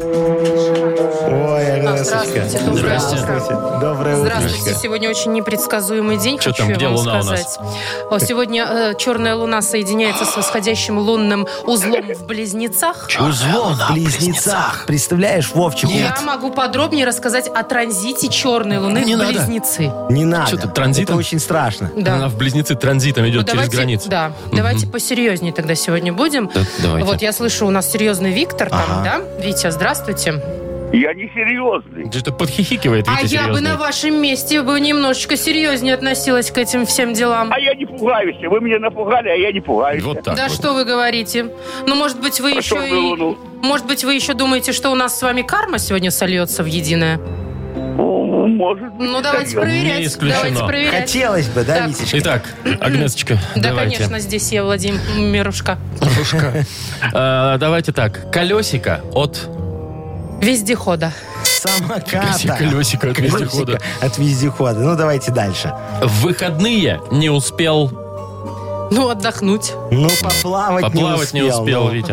[SPEAKER 1] Ой, Агнесочка.
[SPEAKER 2] Здравствуйте, доброе утро.
[SPEAKER 1] Доброе
[SPEAKER 2] Здравствуйте.
[SPEAKER 1] утро.
[SPEAKER 2] Сегодня очень непредсказуемый день,
[SPEAKER 3] Чё
[SPEAKER 2] хочу
[SPEAKER 3] там,
[SPEAKER 2] я
[SPEAKER 3] где
[SPEAKER 2] вам
[SPEAKER 3] луна у нас?
[SPEAKER 2] сказать. О, Сегодня э, черная луна соединяется с восходящим лунным узлом в близнецах.
[SPEAKER 1] Узлом в близнецах. Представляешь, Вовчик?
[SPEAKER 2] Я могу подробнее рассказать о транзите черной луны
[SPEAKER 3] Не
[SPEAKER 2] в
[SPEAKER 3] надо.
[SPEAKER 2] близнецы.
[SPEAKER 1] Не надо.
[SPEAKER 3] Что ты, транзитом?
[SPEAKER 1] Это очень страшно.
[SPEAKER 3] Она
[SPEAKER 2] Да.
[SPEAKER 3] в близнецы транзитом
[SPEAKER 2] Ну,
[SPEAKER 3] идет через
[SPEAKER 2] давайте-
[SPEAKER 3] границу.
[SPEAKER 2] Да, давайте посерьезнее тогда сегодня будем.
[SPEAKER 3] Да, давайте.
[SPEAKER 2] Вот я слышу, у нас серьезный Виктор там, да? Витя, здравствуйте.
[SPEAKER 9] Я не серьезный.
[SPEAKER 3] Что-то подхихикивает,
[SPEAKER 2] а
[SPEAKER 3] Витя,
[SPEAKER 2] я бы
[SPEAKER 3] серьезный.
[SPEAKER 2] на вашем месте бы немножечко серьезнее относилась к этим всем делам.
[SPEAKER 9] А я не пугаюсь. Вы меня напугали, а я не пугаюсь.
[SPEAKER 3] Вот так
[SPEAKER 2] да
[SPEAKER 3] вот.
[SPEAKER 2] что вы говорите? Ну, может быть, вы
[SPEAKER 9] Про
[SPEAKER 2] еще
[SPEAKER 9] черную
[SPEAKER 2] и...
[SPEAKER 9] луну.
[SPEAKER 2] Может быть, вы еще думаете, что у нас с вами карма сегодня сольется в единое?
[SPEAKER 9] О, Может быть.
[SPEAKER 2] Ну, давайте
[SPEAKER 9] сольется.
[SPEAKER 2] проверять.
[SPEAKER 3] Не исключено.
[SPEAKER 2] Давайте проверять.
[SPEAKER 1] Хотелось бы, да,
[SPEAKER 2] Так.
[SPEAKER 1] Витечка?
[SPEAKER 3] Итак, Агнесочка,
[SPEAKER 2] Да,
[SPEAKER 3] давайте.
[SPEAKER 2] конечно, здесь я, Владимирушка.
[SPEAKER 3] Рушка. Э, Давайте так. Колесико от...
[SPEAKER 2] Вездехода.
[SPEAKER 1] Самоката.
[SPEAKER 3] Колесико от
[SPEAKER 1] Колесико
[SPEAKER 3] вездехода.
[SPEAKER 1] От вездехода. Ну, давайте дальше.
[SPEAKER 3] В выходные не успел...
[SPEAKER 2] Ну, отдохнуть.
[SPEAKER 1] Ну, поплавать,
[SPEAKER 3] Поплавать не успел,
[SPEAKER 1] ну.
[SPEAKER 3] Витя.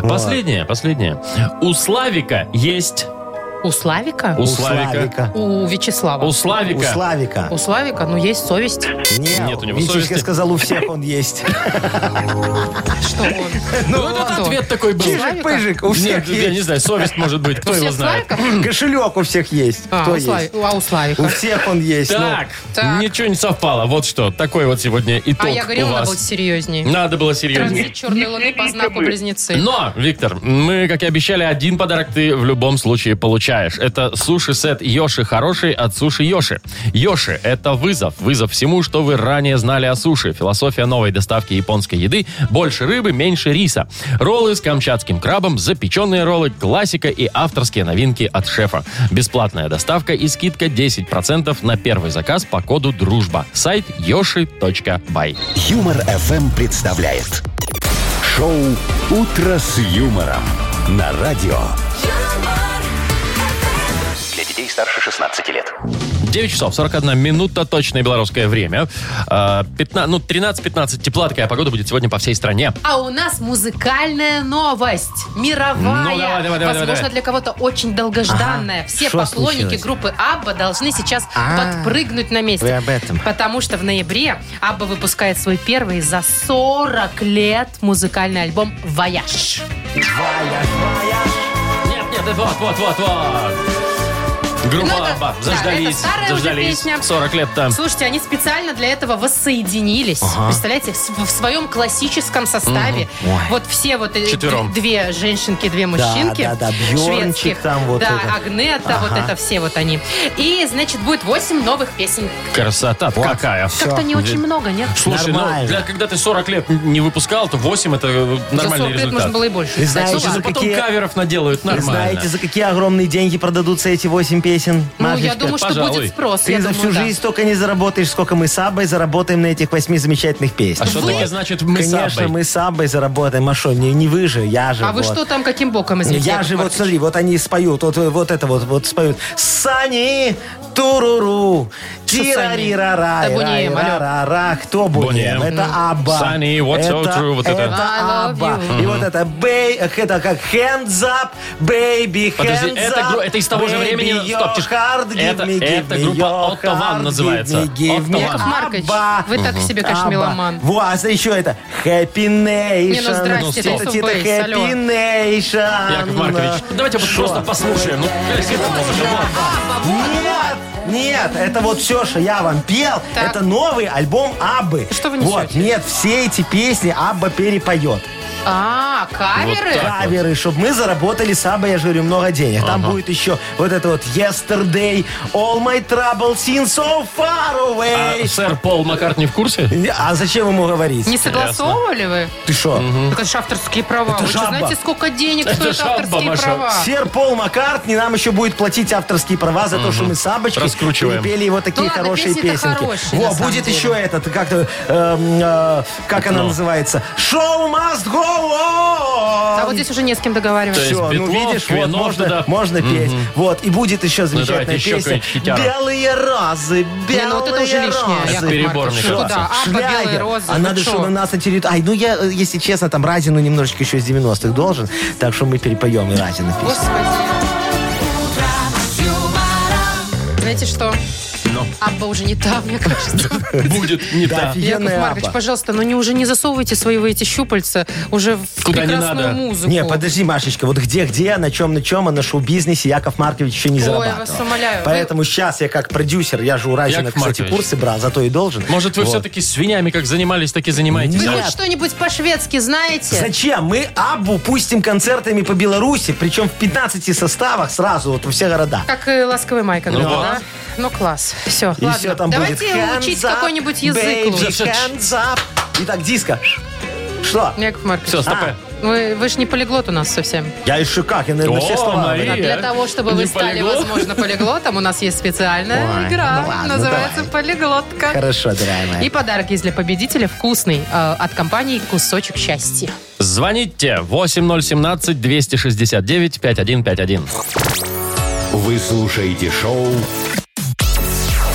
[SPEAKER 2] Ага.
[SPEAKER 3] Последнее, последнее. У Славика есть...
[SPEAKER 2] У Славика?
[SPEAKER 3] У Славика.
[SPEAKER 2] У Вячеслава.
[SPEAKER 3] У
[SPEAKER 1] У
[SPEAKER 3] Славика.
[SPEAKER 1] Славика.
[SPEAKER 2] У Славика, ну, есть совесть.
[SPEAKER 1] Не,
[SPEAKER 3] Нет у него
[SPEAKER 1] Витечка
[SPEAKER 3] совести.
[SPEAKER 1] сказал, у всех он есть.
[SPEAKER 2] Что он?
[SPEAKER 3] Ну, вот это
[SPEAKER 2] кто?
[SPEAKER 3] ответ такой был.
[SPEAKER 2] Славика?
[SPEAKER 1] Чижик-пыжик, у
[SPEAKER 3] Нет,
[SPEAKER 1] всех
[SPEAKER 3] я не
[SPEAKER 1] есть.
[SPEAKER 3] знаю, совесть может быть, кто
[SPEAKER 2] У
[SPEAKER 3] его
[SPEAKER 2] всех
[SPEAKER 3] знает.
[SPEAKER 2] Славиков?
[SPEAKER 1] Кошелек у всех есть.
[SPEAKER 2] А,
[SPEAKER 1] Кто
[SPEAKER 2] у Слави-
[SPEAKER 1] есть?
[SPEAKER 2] а, у Славика.
[SPEAKER 1] У всех он есть. ну.
[SPEAKER 3] Так,
[SPEAKER 2] Так.
[SPEAKER 3] ничего не совпало. Вот что, такой вот сегодня итог
[SPEAKER 2] А я
[SPEAKER 3] у
[SPEAKER 2] говорила, надо быть
[SPEAKER 3] вас.
[SPEAKER 2] серьезнее.
[SPEAKER 3] Надо было серьезнее.
[SPEAKER 2] Транзит черной луны по знаку близнецы.
[SPEAKER 3] Но, Виктор, мы, как и обещали, один подарок ты в любом случае получаешь. Это суши-сет Йоши Хороший от Суши Йоши. Йоши – это вызов. Вызов всему, что вы ранее знали о суши. Философия новой доставки японской еды – больше рыбы, меньше риса. Роллы с камчатским крабом, запеченные роллы, классика и авторские новинки от шефа. Бесплатная доставка и скидка 10% на первый заказ по коду «Дружба». Сайт yoshi.by.
[SPEAKER 4] Юмор FM представляет шоу Утро с юмором на радио.
[SPEAKER 5] Для детей старше 16 лет.
[SPEAKER 3] 9 часов 41 минута, точное белорусское время. А, 15, ну, 13-15 тепла, такая погода будет сегодня по всей стране.
[SPEAKER 2] А у нас музыкальная новость. Мировая.
[SPEAKER 3] Ну, давай, давай, давай,
[SPEAKER 2] Возможно,
[SPEAKER 3] давай.
[SPEAKER 2] для кого-то очень долгожданная.
[SPEAKER 1] Ага.
[SPEAKER 2] Все
[SPEAKER 1] Что
[SPEAKER 2] поклонники
[SPEAKER 1] случилось?
[SPEAKER 2] группы Абба должны сейчас
[SPEAKER 1] А,
[SPEAKER 2] подпрыгнуть на месте.
[SPEAKER 1] вы об этом.
[SPEAKER 2] Потому что в ноябре Абба выпускает свой первый за 40 лет музыкальный альбом «Вояж».
[SPEAKER 3] Нет, нет, вот, вот, вот, вот. Группа
[SPEAKER 2] Ну, это-
[SPEAKER 3] Абба.
[SPEAKER 2] да, это
[SPEAKER 3] Заждались,
[SPEAKER 2] старая уже
[SPEAKER 3] заждались.
[SPEAKER 2] песня.
[SPEAKER 3] 40 лет там.
[SPEAKER 2] Слушайте, они специально для этого воссоединились. Представляете, с- в своем классическом составе. Вот все вот э,
[SPEAKER 3] Четвером.
[SPEAKER 2] д- две женщинки, две мужчинки.
[SPEAKER 1] да, да, Бьорнчик
[SPEAKER 2] шведских.
[SPEAKER 1] там вот
[SPEAKER 2] Да,
[SPEAKER 1] это.
[SPEAKER 2] Агнета, вот это все вот они. И, значит, будет 8 новых песен.
[SPEAKER 3] Красота какая.
[SPEAKER 2] Как-то не очень много, нет?
[SPEAKER 3] Слушай, ну,
[SPEAKER 1] Нормально.
[SPEAKER 3] для, когда ты 40 лет не выпускал, то 8 это э,
[SPEAKER 2] За
[SPEAKER 3] нормальный
[SPEAKER 2] 40 лет
[SPEAKER 3] результат.
[SPEAKER 2] можно было и больше.
[SPEAKER 1] И
[SPEAKER 2] кстати.
[SPEAKER 1] знаешь,
[SPEAKER 2] Ну
[SPEAKER 3] Слушай,
[SPEAKER 1] за
[SPEAKER 3] ну
[SPEAKER 2] ладно.
[SPEAKER 3] потом
[SPEAKER 1] какие-
[SPEAKER 3] каверов наделают,
[SPEAKER 1] Вы
[SPEAKER 3] нормально. А
[SPEAKER 1] знаете, за какие огромные деньги продадутся эти 8 песен?
[SPEAKER 2] Ну, я
[SPEAKER 1] Машечка?
[SPEAKER 2] думаю, что
[SPEAKER 3] пожалуй.
[SPEAKER 2] будет спрос.
[SPEAKER 1] Ты
[SPEAKER 2] я
[SPEAKER 1] за
[SPEAKER 2] думаю,
[SPEAKER 1] всю
[SPEAKER 2] да.
[SPEAKER 1] жизнь столько не заработаешь, сколько мы с Аббой заработаем на этих восьми замечательных
[SPEAKER 3] А
[SPEAKER 1] песнях.
[SPEAKER 3] что
[SPEAKER 2] Вы-
[SPEAKER 3] такое значит мы с
[SPEAKER 1] Конечно,
[SPEAKER 3] Аббой?
[SPEAKER 1] мы с Аббой заработаем. А что, не, не вы же, я же.
[SPEAKER 2] А вы
[SPEAKER 1] вот.
[SPEAKER 2] что там, каким боком, извините?
[SPEAKER 1] Я
[SPEAKER 2] Яков
[SPEAKER 1] же, вот
[SPEAKER 2] Маркович?
[SPEAKER 1] смотри, вот они споют, вот, вот это вот, вот споют. Сани, туруру,
[SPEAKER 2] Что Сани?
[SPEAKER 1] тирарирара,
[SPEAKER 2] Это Бунием, алло. М-м.
[SPEAKER 1] рара, кто
[SPEAKER 3] Бунием.
[SPEAKER 1] Бунем? Это Абба.
[SPEAKER 3] Sunny, what's so true, вот это.
[SPEAKER 2] I love
[SPEAKER 1] Абба.
[SPEAKER 2] you.
[SPEAKER 1] И вот это, бей, эх, это как hands up, baby, hands
[SPEAKER 3] Подожди,
[SPEAKER 1] up.
[SPEAKER 3] это гру- это из того же
[SPEAKER 1] baby,
[SPEAKER 3] времени-
[SPEAKER 1] your
[SPEAKER 3] Стоп, тише.
[SPEAKER 1] heart, give
[SPEAKER 3] Это-
[SPEAKER 1] me, give
[SPEAKER 3] это
[SPEAKER 1] me
[SPEAKER 3] группа
[SPEAKER 1] your
[SPEAKER 3] Otto Van
[SPEAKER 1] heart,
[SPEAKER 3] называется.
[SPEAKER 1] give me, give
[SPEAKER 3] Otto
[SPEAKER 1] me.
[SPEAKER 3] Van.
[SPEAKER 2] Яков Маркович,
[SPEAKER 1] Абба.
[SPEAKER 2] вы так себе, конечно,
[SPEAKER 1] Абба.
[SPEAKER 2] миломан.
[SPEAKER 1] Во, а еще это Happy Nation.
[SPEAKER 2] Не, ну здрасте,
[SPEAKER 3] это
[SPEAKER 1] Тита-тита,
[SPEAKER 2] Subways, алло.
[SPEAKER 1] Happy Nation.
[SPEAKER 3] Яков Маркович, давайте вот
[SPEAKER 1] Шо?
[SPEAKER 3] просто послушаем. Ну, конечно, это тоже вот.
[SPEAKER 1] Нет, нет, это вот все, что я вам пел,
[SPEAKER 2] Так.
[SPEAKER 1] это новый альбом Аббы.
[SPEAKER 2] Что вы несете?
[SPEAKER 1] Вот, нет, все эти песни Абба перепоет.
[SPEAKER 2] А, каверы?
[SPEAKER 3] Вот так.
[SPEAKER 1] Каверы, чтобы мы заработали с Аббой, я же говорю, много денег. Там будет еще вот это вот Yesterday, All My Troubles Seem So Far
[SPEAKER 3] А
[SPEAKER 1] Away.
[SPEAKER 3] сэр Пол Маккартни в курсе?
[SPEAKER 1] Не, А, зачем ему говорить?
[SPEAKER 2] Не согласовывали вы?
[SPEAKER 1] Ты что?
[SPEAKER 2] Так это же авторские права.
[SPEAKER 1] Это
[SPEAKER 2] Вы что,
[SPEAKER 1] жаба.
[SPEAKER 2] знаете, сколько денег стоят
[SPEAKER 3] же жаба,
[SPEAKER 2] авторские
[SPEAKER 3] Маша.
[SPEAKER 2] права?
[SPEAKER 1] Сер Пол Маккартни нам еще будет платить авторские права за то, что мы с Аббочкой
[SPEAKER 3] Раскручиваем.
[SPEAKER 1] перепели его такие
[SPEAKER 2] Ну ладно,
[SPEAKER 1] хорошие
[SPEAKER 2] песни-то
[SPEAKER 1] песенки.
[SPEAKER 2] хорошие,
[SPEAKER 1] Во,
[SPEAKER 2] на самом
[SPEAKER 1] будет
[SPEAKER 2] деле.
[SPEAKER 1] еще этот, как-то, эм, э, как она
[SPEAKER 3] Ну.
[SPEAKER 1] называется? Шоу must go on!
[SPEAKER 2] А вот здесь уже не с кем договариваться.
[SPEAKER 3] То есть
[SPEAKER 1] Всё, ну
[SPEAKER 3] Битлов,
[SPEAKER 1] видишь, вот,
[SPEAKER 3] Квинов
[SPEAKER 1] можно,
[SPEAKER 3] туда. Ну,
[SPEAKER 1] можно петь. Вот, и будет еще
[SPEAKER 3] давайте
[SPEAKER 1] замечательная
[SPEAKER 3] еще
[SPEAKER 1] песня.
[SPEAKER 3] какой-нибудь хитяру.
[SPEAKER 1] белые розы,
[SPEAKER 2] Не,
[SPEAKER 1] белые
[SPEAKER 2] ну вот это уже лишнее,
[SPEAKER 1] розы.
[SPEAKER 3] Это
[SPEAKER 2] Яков
[SPEAKER 3] перебор,
[SPEAKER 2] Маркович. Ну
[SPEAKER 3] мне
[SPEAKER 2] Вы
[SPEAKER 3] кажется.
[SPEAKER 2] Куда? Абба,
[SPEAKER 1] Шлягер.
[SPEAKER 2] белые розы. Ну
[SPEAKER 1] А
[SPEAKER 2] Вы
[SPEAKER 1] надо,
[SPEAKER 2] что?
[SPEAKER 1] чтобы нас на территории... Ай, ну я, э, если честно, там Разину немножечко еще из 90-х должен, так что мы перепоем и Разину песню.
[SPEAKER 2] Господи. Знаете что?
[SPEAKER 1] Ну.
[SPEAKER 2] Абба уже не та, мне кажется.
[SPEAKER 3] Будет не
[SPEAKER 1] Да,
[SPEAKER 3] так.
[SPEAKER 2] Яков
[SPEAKER 1] офигенная
[SPEAKER 2] Маркович,
[SPEAKER 1] Абба.
[SPEAKER 2] пожалуйста, ну не уже не засовывайте свои вы эти щупальца уже в
[SPEAKER 3] Куда не
[SPEAKER 2] прекрасную
[SPEAKER 3] надо.
[SPEAKER 2] музыку.
[SPEAKER 1] Не, подожди, Машечка, вот где-где, на чем, на чем, а на шоу-бизнесе Яков Маркович еще не
[SPEAKER 2] Ой,
[SPEAKER 1] зарабатывал.
[SPEAKER 2] я вас умоляю,
[SPEAKER 1] Поэтому сейчас я как продюсер, я же у Разина,
[SPEAKER 3] Яков
[SPEAKER 1] кстати,
[SPEAKER 3] Маркович.
[SPEAKER 1] курсы брал, зато и должен.
[SPEAKER 3] Может, вы
[SPEAKER 1] Вот.
[SPEAKER 3] все-таки свинями как занимались, так и занимаетесь.
[SPEAKER 2] Вы
[SPEAKER 3] а?
[SPEAKER 2] хоть что-нибудь по-шведски знаете?
[SPEAKER 1] Зачем? Мы Абу пустим концертами по Беларуси, причем в 15 составах сразу, вот во все города.
[SPEAKER 2] Как и ласковый Майка,
[SPEAKER 3] Ну
[SPEAKER 2] например,
[SPEAKER 3] вот.
[SPEAKER 2] да? Ну класс, все,
[SPEAKER 1] И
[SPEAKER 2] ладно.
[SPEAKER 1] все там
[SPEAKER 2] Давайте
[SPEAKER 1] будет. Hands
[SPEAKER 2] учить
[SPEAKER 1] up,
[SPEAKER 2] какой-нибудь язык
[SPEAKER 1] baby,
[SPEAKER 2] лучше.
[SPEAKER 1] hands up. Итак, диско. Что?
[SPEAKER 2] Яков Маркович,
[SPEAKER 3] Все, стопэ.
[SPEAKER 2] вы, вы ж не полиглот у нас совсем. А
[SPEAKER 1] Я еще как, я, наверное, все
[SPEAKER 3] О,
[SPEAKER 1] слова.
[SPEAKER 3] Мария.
[SPEAKER 1] говорю.
[SPEAKER 3] Э,
[SPEAKER 2] Для того, чтобы вы
[SPEAKER 3] не
[SPEAKER 2] стали,
[SPEAKER 3] полиглот?
[SPEAKER 2] возможно, полиглотом, у нас есть специальная
[SPEAKER 1] Ой,
[SPEAKER 2] игра.
[SPEAKER 1] ну ладно,
[SPEAKER 2] называется
[SPEAKER 1] давай.
[SPEAKER 2] полиглотка.
[SPEAKER 1] Хорошо, дорогая моя.
[SPEAKER 2] И подарок есть для победителя вкусный э, от компании «Кусочек счастья».
[SPEAKER 3] Звоните 8017-269-5151.
[SPEAKER 4] Вы слушаете шоу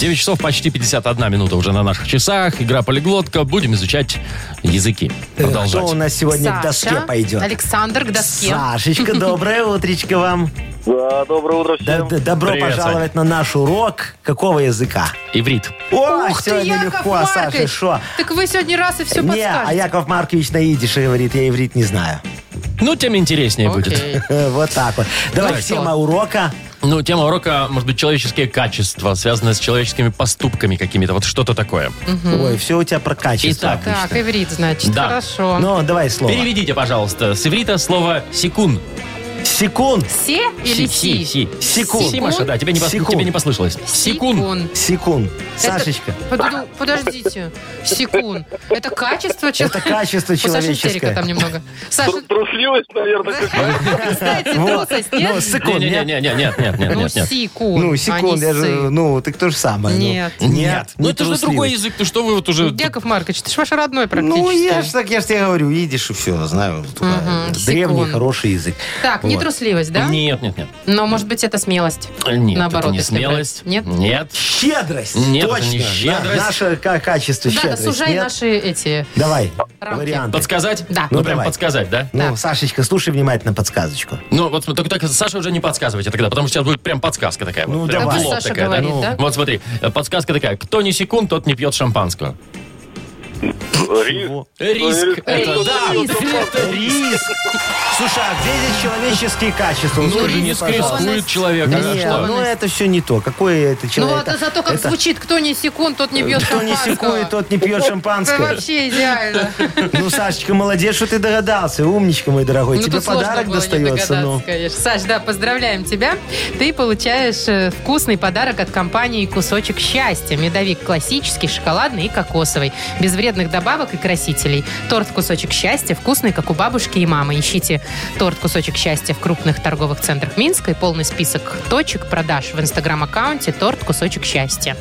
[SPEAKER 3] 9 часов почти 51 минута уже на наших часах. Игра полиглотка. Будем изучать языки.
[SPEAKER 1] Кто у
[SPEAKER 3] Продолжать.
[SPEAKER 1] нас сегодня
[SPEAKER 2] Саша,
[SPEAKER 1] к доске пойдет?
[SPEAKER 2] Александр к доске.
[SPEAKER 1] Сашечка, доброе утречко вам.
[SPEAKER 8] Да, доброе утро
[SPEAKER 1] Да-
[SPEAKER 8] всем.
[SPEAKER 1] да- Добро
[SPEAKER 3] Привет,
[SPEAKER 1] пожаловать на наш урок. Какого языка?
[SPEAKER 3] Иврит.
[SPEAKER 1] О,
[SPEAKER 2] Ух ты,
[SPEAKER 1] сегодня
[SPEAKER 2] Яков
[SPEAKER 1] легко, а
[SPEAKER 2] Маркович.
[SPEAKER 1] Саша, шо?
[SPEAKER 2] Так вы сегодня раз и все
[SPEAKER 1] не, а
[SPEAKER 2] подскажете.
[SPEAKER 1] Яков Маркович на идише говорит, я иврит не знаю.
[SPEAKER 3] Ну, тем интереснее будет.
[SPEAKER 2] Окей.
[SPEAKER 1] Э, Вот так вот. Давай
[SPEAKER 2] Ну всё.
[SPEAKER 1] тема урока.
[SPEAKER 3] Ну, тема урока, может быть, человеческие качества, связанные с человеческими поступками какими-то. Вот что-то такое.
[SPEAKER 1] Ой, все у тебя про качество.
[SPEAKER 3] Итак,
[SPEAKER 2] Так, иврит, значит,
[SPEAKER 3] Да.
[SPEAKER 2] хорошо.
[SPEAKER 1] Ну, давай слово.
[SPEAKER 3] переведите, пожалуйста, с иврита слово «секун».
[SPEAKER 1] Секунд.
[SPEAKER 2] Се
[SPEAKER 3] Си,
[SPEAKER 2] или си?
[SPEAKER 3] си.
[SPEAKER 1] Секун.
[SPEAKER 3] Си, Маша, да, тебе не, пос-
[SPEAKER 1] Секун.
[SPEAKER 3] тебе не послышалось. Секун.
[SPEAKER 2] Секун.
[SPEAKER 1] Секунд.
[SPEAKER 2] Это-
[SPEAKER 1] Сашечка. Ну,
[SPEAKER 2] Подожду- подождите. Секун. Это качество человека.
[SPEAKER 1] Это качество человеческое.
[SPEAKER 2] там немного. Саша,
[SPEAKER 8] Трусливость, наверное,
[SPEAKER 2] кстати,
[SPEAKER 1] Вот.
[SPEAKER 2] трусость,
[SPEAKER 1] Ну,
[SPEAKER 2] нет?
[SPEAKER 1] секунд.
[SPEAKER 3] Не-не-не,
[SPEAKER 1] нет?
[SPEAKER 3] нет, нет, нет, нет,
[SPEAKER 2] Ну,
[SPEAKER 3] нет, нет.
[SPEAKER 2] секун.
[SPEAKER 1] Ну,
[SPEAKER 2] а
[SPEAKER 1] секунд,
[SPEAKER 2] не
[SPEAKER 1] я же,
[SPEAKER 2] сы.
[SPEAKER 1] ну, ты тоже самое. ну.
[SPEAKER 2] Нет.
[SPEAKER 1] Нет.
[SPEAKER 3] Ну,
[SPEAKER 1] не
[SPEAKER 3] это же
[SPEAKER 1] трусливость.
[SPEAKER 3] другой язык, ты что вы вот уже...
[SPEAKER 2] Яков Маркович, ты ж ваш родной практически.
[SPEAKER 1] Ну, я ж так, я ж тебе говорю, видишь, и все, знаю.
[SPEAKER 2] Мгм,
[SPEAKER 1] Древний,
[SPEAKER 2] секунд.
[SPEAKER 1] хороший язык.
[SPEAKER 2] Так, не трусливость, да?
[SPEAKER 3] Нет, нет, нет.
[SPEAKER 2] Но, может быть, это смелость.
[SPEAKER 3] Нет,
[SPEAKER 2] Наоборот,
[SPEAKER 3] это не
[SPEAKER 2] если брать.
[SPEAKER 3] смелость.
[SPEAKER 2] Нет?
[SPEAKER 3] Нет.
[SPEAKER 1] Щедрость.
[SPEAKER 3] Нет, это
[SPEAKER 1] Точно.
[SPEAKER 3] не
[SPEAKER 1] Да,
[SPEAKER 3] щедрость.
[SPEAKER 1] Наше ка- качество
[SPEAKER 2] Да, да,
[SPEAKER 1] щедрость.
[SPEAKER 2] сужай
[SPEAKER 1] Нет?
[SPEAKER 2] наши эти...
[SPEAKER 1] Давай,
[SPEAKER 2] Рамки.
[SPEAKER 1] варианты.
[SPEAKER 3] Подсказать?
[SPEAKER 2] Да.
[SPEAKER 3] Ну,
[SPEAKER 1] Ну,
[SPEAKER 3] прям
[SPEAKER 1] давай.
[SPEAKER 3] подсказать, да?
[SPEAKER 1] Ну,
[SPEAKER 2] Да.
[SPEAKER 1] Сашечка, слушай внимательно подсказочку.
[SPEAKER 3] Ну, вот только, только Саша уже не подсказывайте тогда, потому что сейчас будет прям подсказка такая.
[SPEAKER 1] Ну,
[SPEAKER 3] вот, прям
[SPEAKER 1] давай.
[SPEAKER 3] в лоб
[SPEAKER 2] Давай, Саша
[SPEAKER 3] такая,
[SPEAKER 2] говорит,
[SPEAKER 3] да?
[SPEAKER 2] да?
[SPEAKER 3] Вот смотри, э, подсказка такая. Кто не секунд, тот не пьет шампанского.
[SPEAKER 8] Рис.
[SPEAKER 3] Риск.
[SPEAKER 8] Риск.
[SPEAKER 3] Это, да, вот это риск.
[SPEAKER 1] Риск. Слушай, а где здесь человеческие качества?
[SPEAKER 3] Ну,
[SPEAKER 1] скажи
[SPEAKER 3] же
[SPEAKER 1] мне,
[SPEAKER 3] не
[SPEAKER 1] пожалуйста.
[SPEAKER 3] скрискует человека. а
[SPEAKER 1] Не,
[SPEAKER 3] что?
[SPEAKER 1] ну это все не то. Какое это
[SPEAKER 2] Ну,
[SPEAKER 1] человек?
[SPEAKER 2] вот зато как
[SPEAKER 1] это-
[SPEAKER 2] звучит, кто не секунд, тот не бьет
[SPEAKER 1] Кто не секует, тот не пьет
[SPEAKER 2] Это
[SPEAKER 1] шампанское.
[SPEAKER 2] вообще идеально.
[SPEAKER 1] Ну, Сашечка, молодец, что ты догадался. Умничка, мой дорогой.
[SPEAKER 2] Ну,
[SPEAKER 1] Тебе
[SPEAKER 2] тут сложно
[SPEAKER 1] подарок
[SPEAKER 2] было не
[SPEAKER 1] достается.
[SPEAKER 2] догадаться,
[SPEAKER 1] Ну.
[SPEAKER 2] конечно. Саш, да, поздравляем тебя. Ты получаешь э, вкусный подарок от компании «Кусочек счастья». Медовик классический, шоколадный и кокосовый. Без вредных добавок и красителей. Торт «Кусочек счастья» вкусный, как у бабушки и мамы. Ищите торт «Кусочек счастья» в крупных торговых центрах Минска и полный список точек продаж в инстаграм-аккаунте «Торт «Кусочек счастья».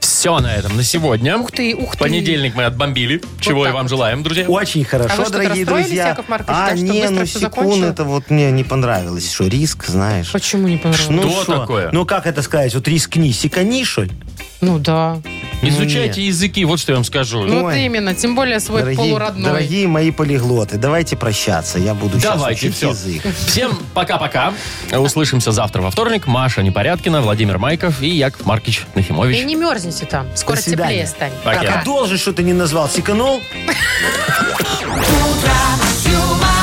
[SPEAKER 3] Все на этом на сегодня.
[SPEAKER 2] Ух ты, ух ты.
[SPEAKER 3] Понедельник мы отбомбили, чего и
[SPEAKER 2] так
[SPEAKER 3] вам
[SPEAKER 2] вот.
[SPEAKER 3] желаем, друзья.
[SPEAKER 1] Очень
[SPEAKER 2] А
[SPEAKER 1] хорошо,
[SPEAKER 2] вы что-то
[SPEAKER 1] дорогие
[SPEAKER 2] расстроились,
[SPEAKER 1] друзья.
[SPEAKER 2] Яков Маркович,
[SPEAKER 1] а,
[SPEAKER 2] так, что
[SPEAKER 1] не,
[SPEAKER 2] быстро
[SPEAKER 1] ну
[SPEAKER 2] всё
[SPEAKER 1] секунд,
[SPEAKER 2] закончилось?
[SPEAKER 1] это вот мне не понравилось. Что, риск, знаешь?
[SPEAKER 2] Почему не понравилось?
[SPEAKER 1] Ну,
[SPEAKER 3] Что
[SPEAKER 1] шо?
[SPEAKER 3] такое?
[SPEAKER 1] Ну, как это сказать? Вот рискни, секани, что ли?
[SPEAKER 2] Ну да.
[SPEAKER 3] Изучайте языки, вот что я вам скажу.
[SPEAKER 2] Ну вот
[SPEAKER 1] Ой.
[SPEAKER 2] именно, тем более свой
[SPEAKER 1] Дорогие,
[SPEAKER 2] полуродной.
[SPEAKER 1] дорогие мои полиглоты, давайте прощаться. Я буду
[SPEAKER 3] Давайте, все.
[SPEAKER 1] сейчас учить язык.
[SPEAKER 3] Всем пока-пока. Услышимся завтра во вторник. Маша Непорядкина, Владимир Майков и Яков Маркич
[SPEAKER 2] И
[SPEAKER 3] Нахимович.
[SPEAKER 2] не мерзните там. Скоро
[SPEAKER 1] До свидания.
[SPEAKER 2] теплее станет.
[SPEAKER 3] Пока.
[SPEAKER 1] Так, а должен, что ты не назвал, секанул?
[SPEAKER 10] humor.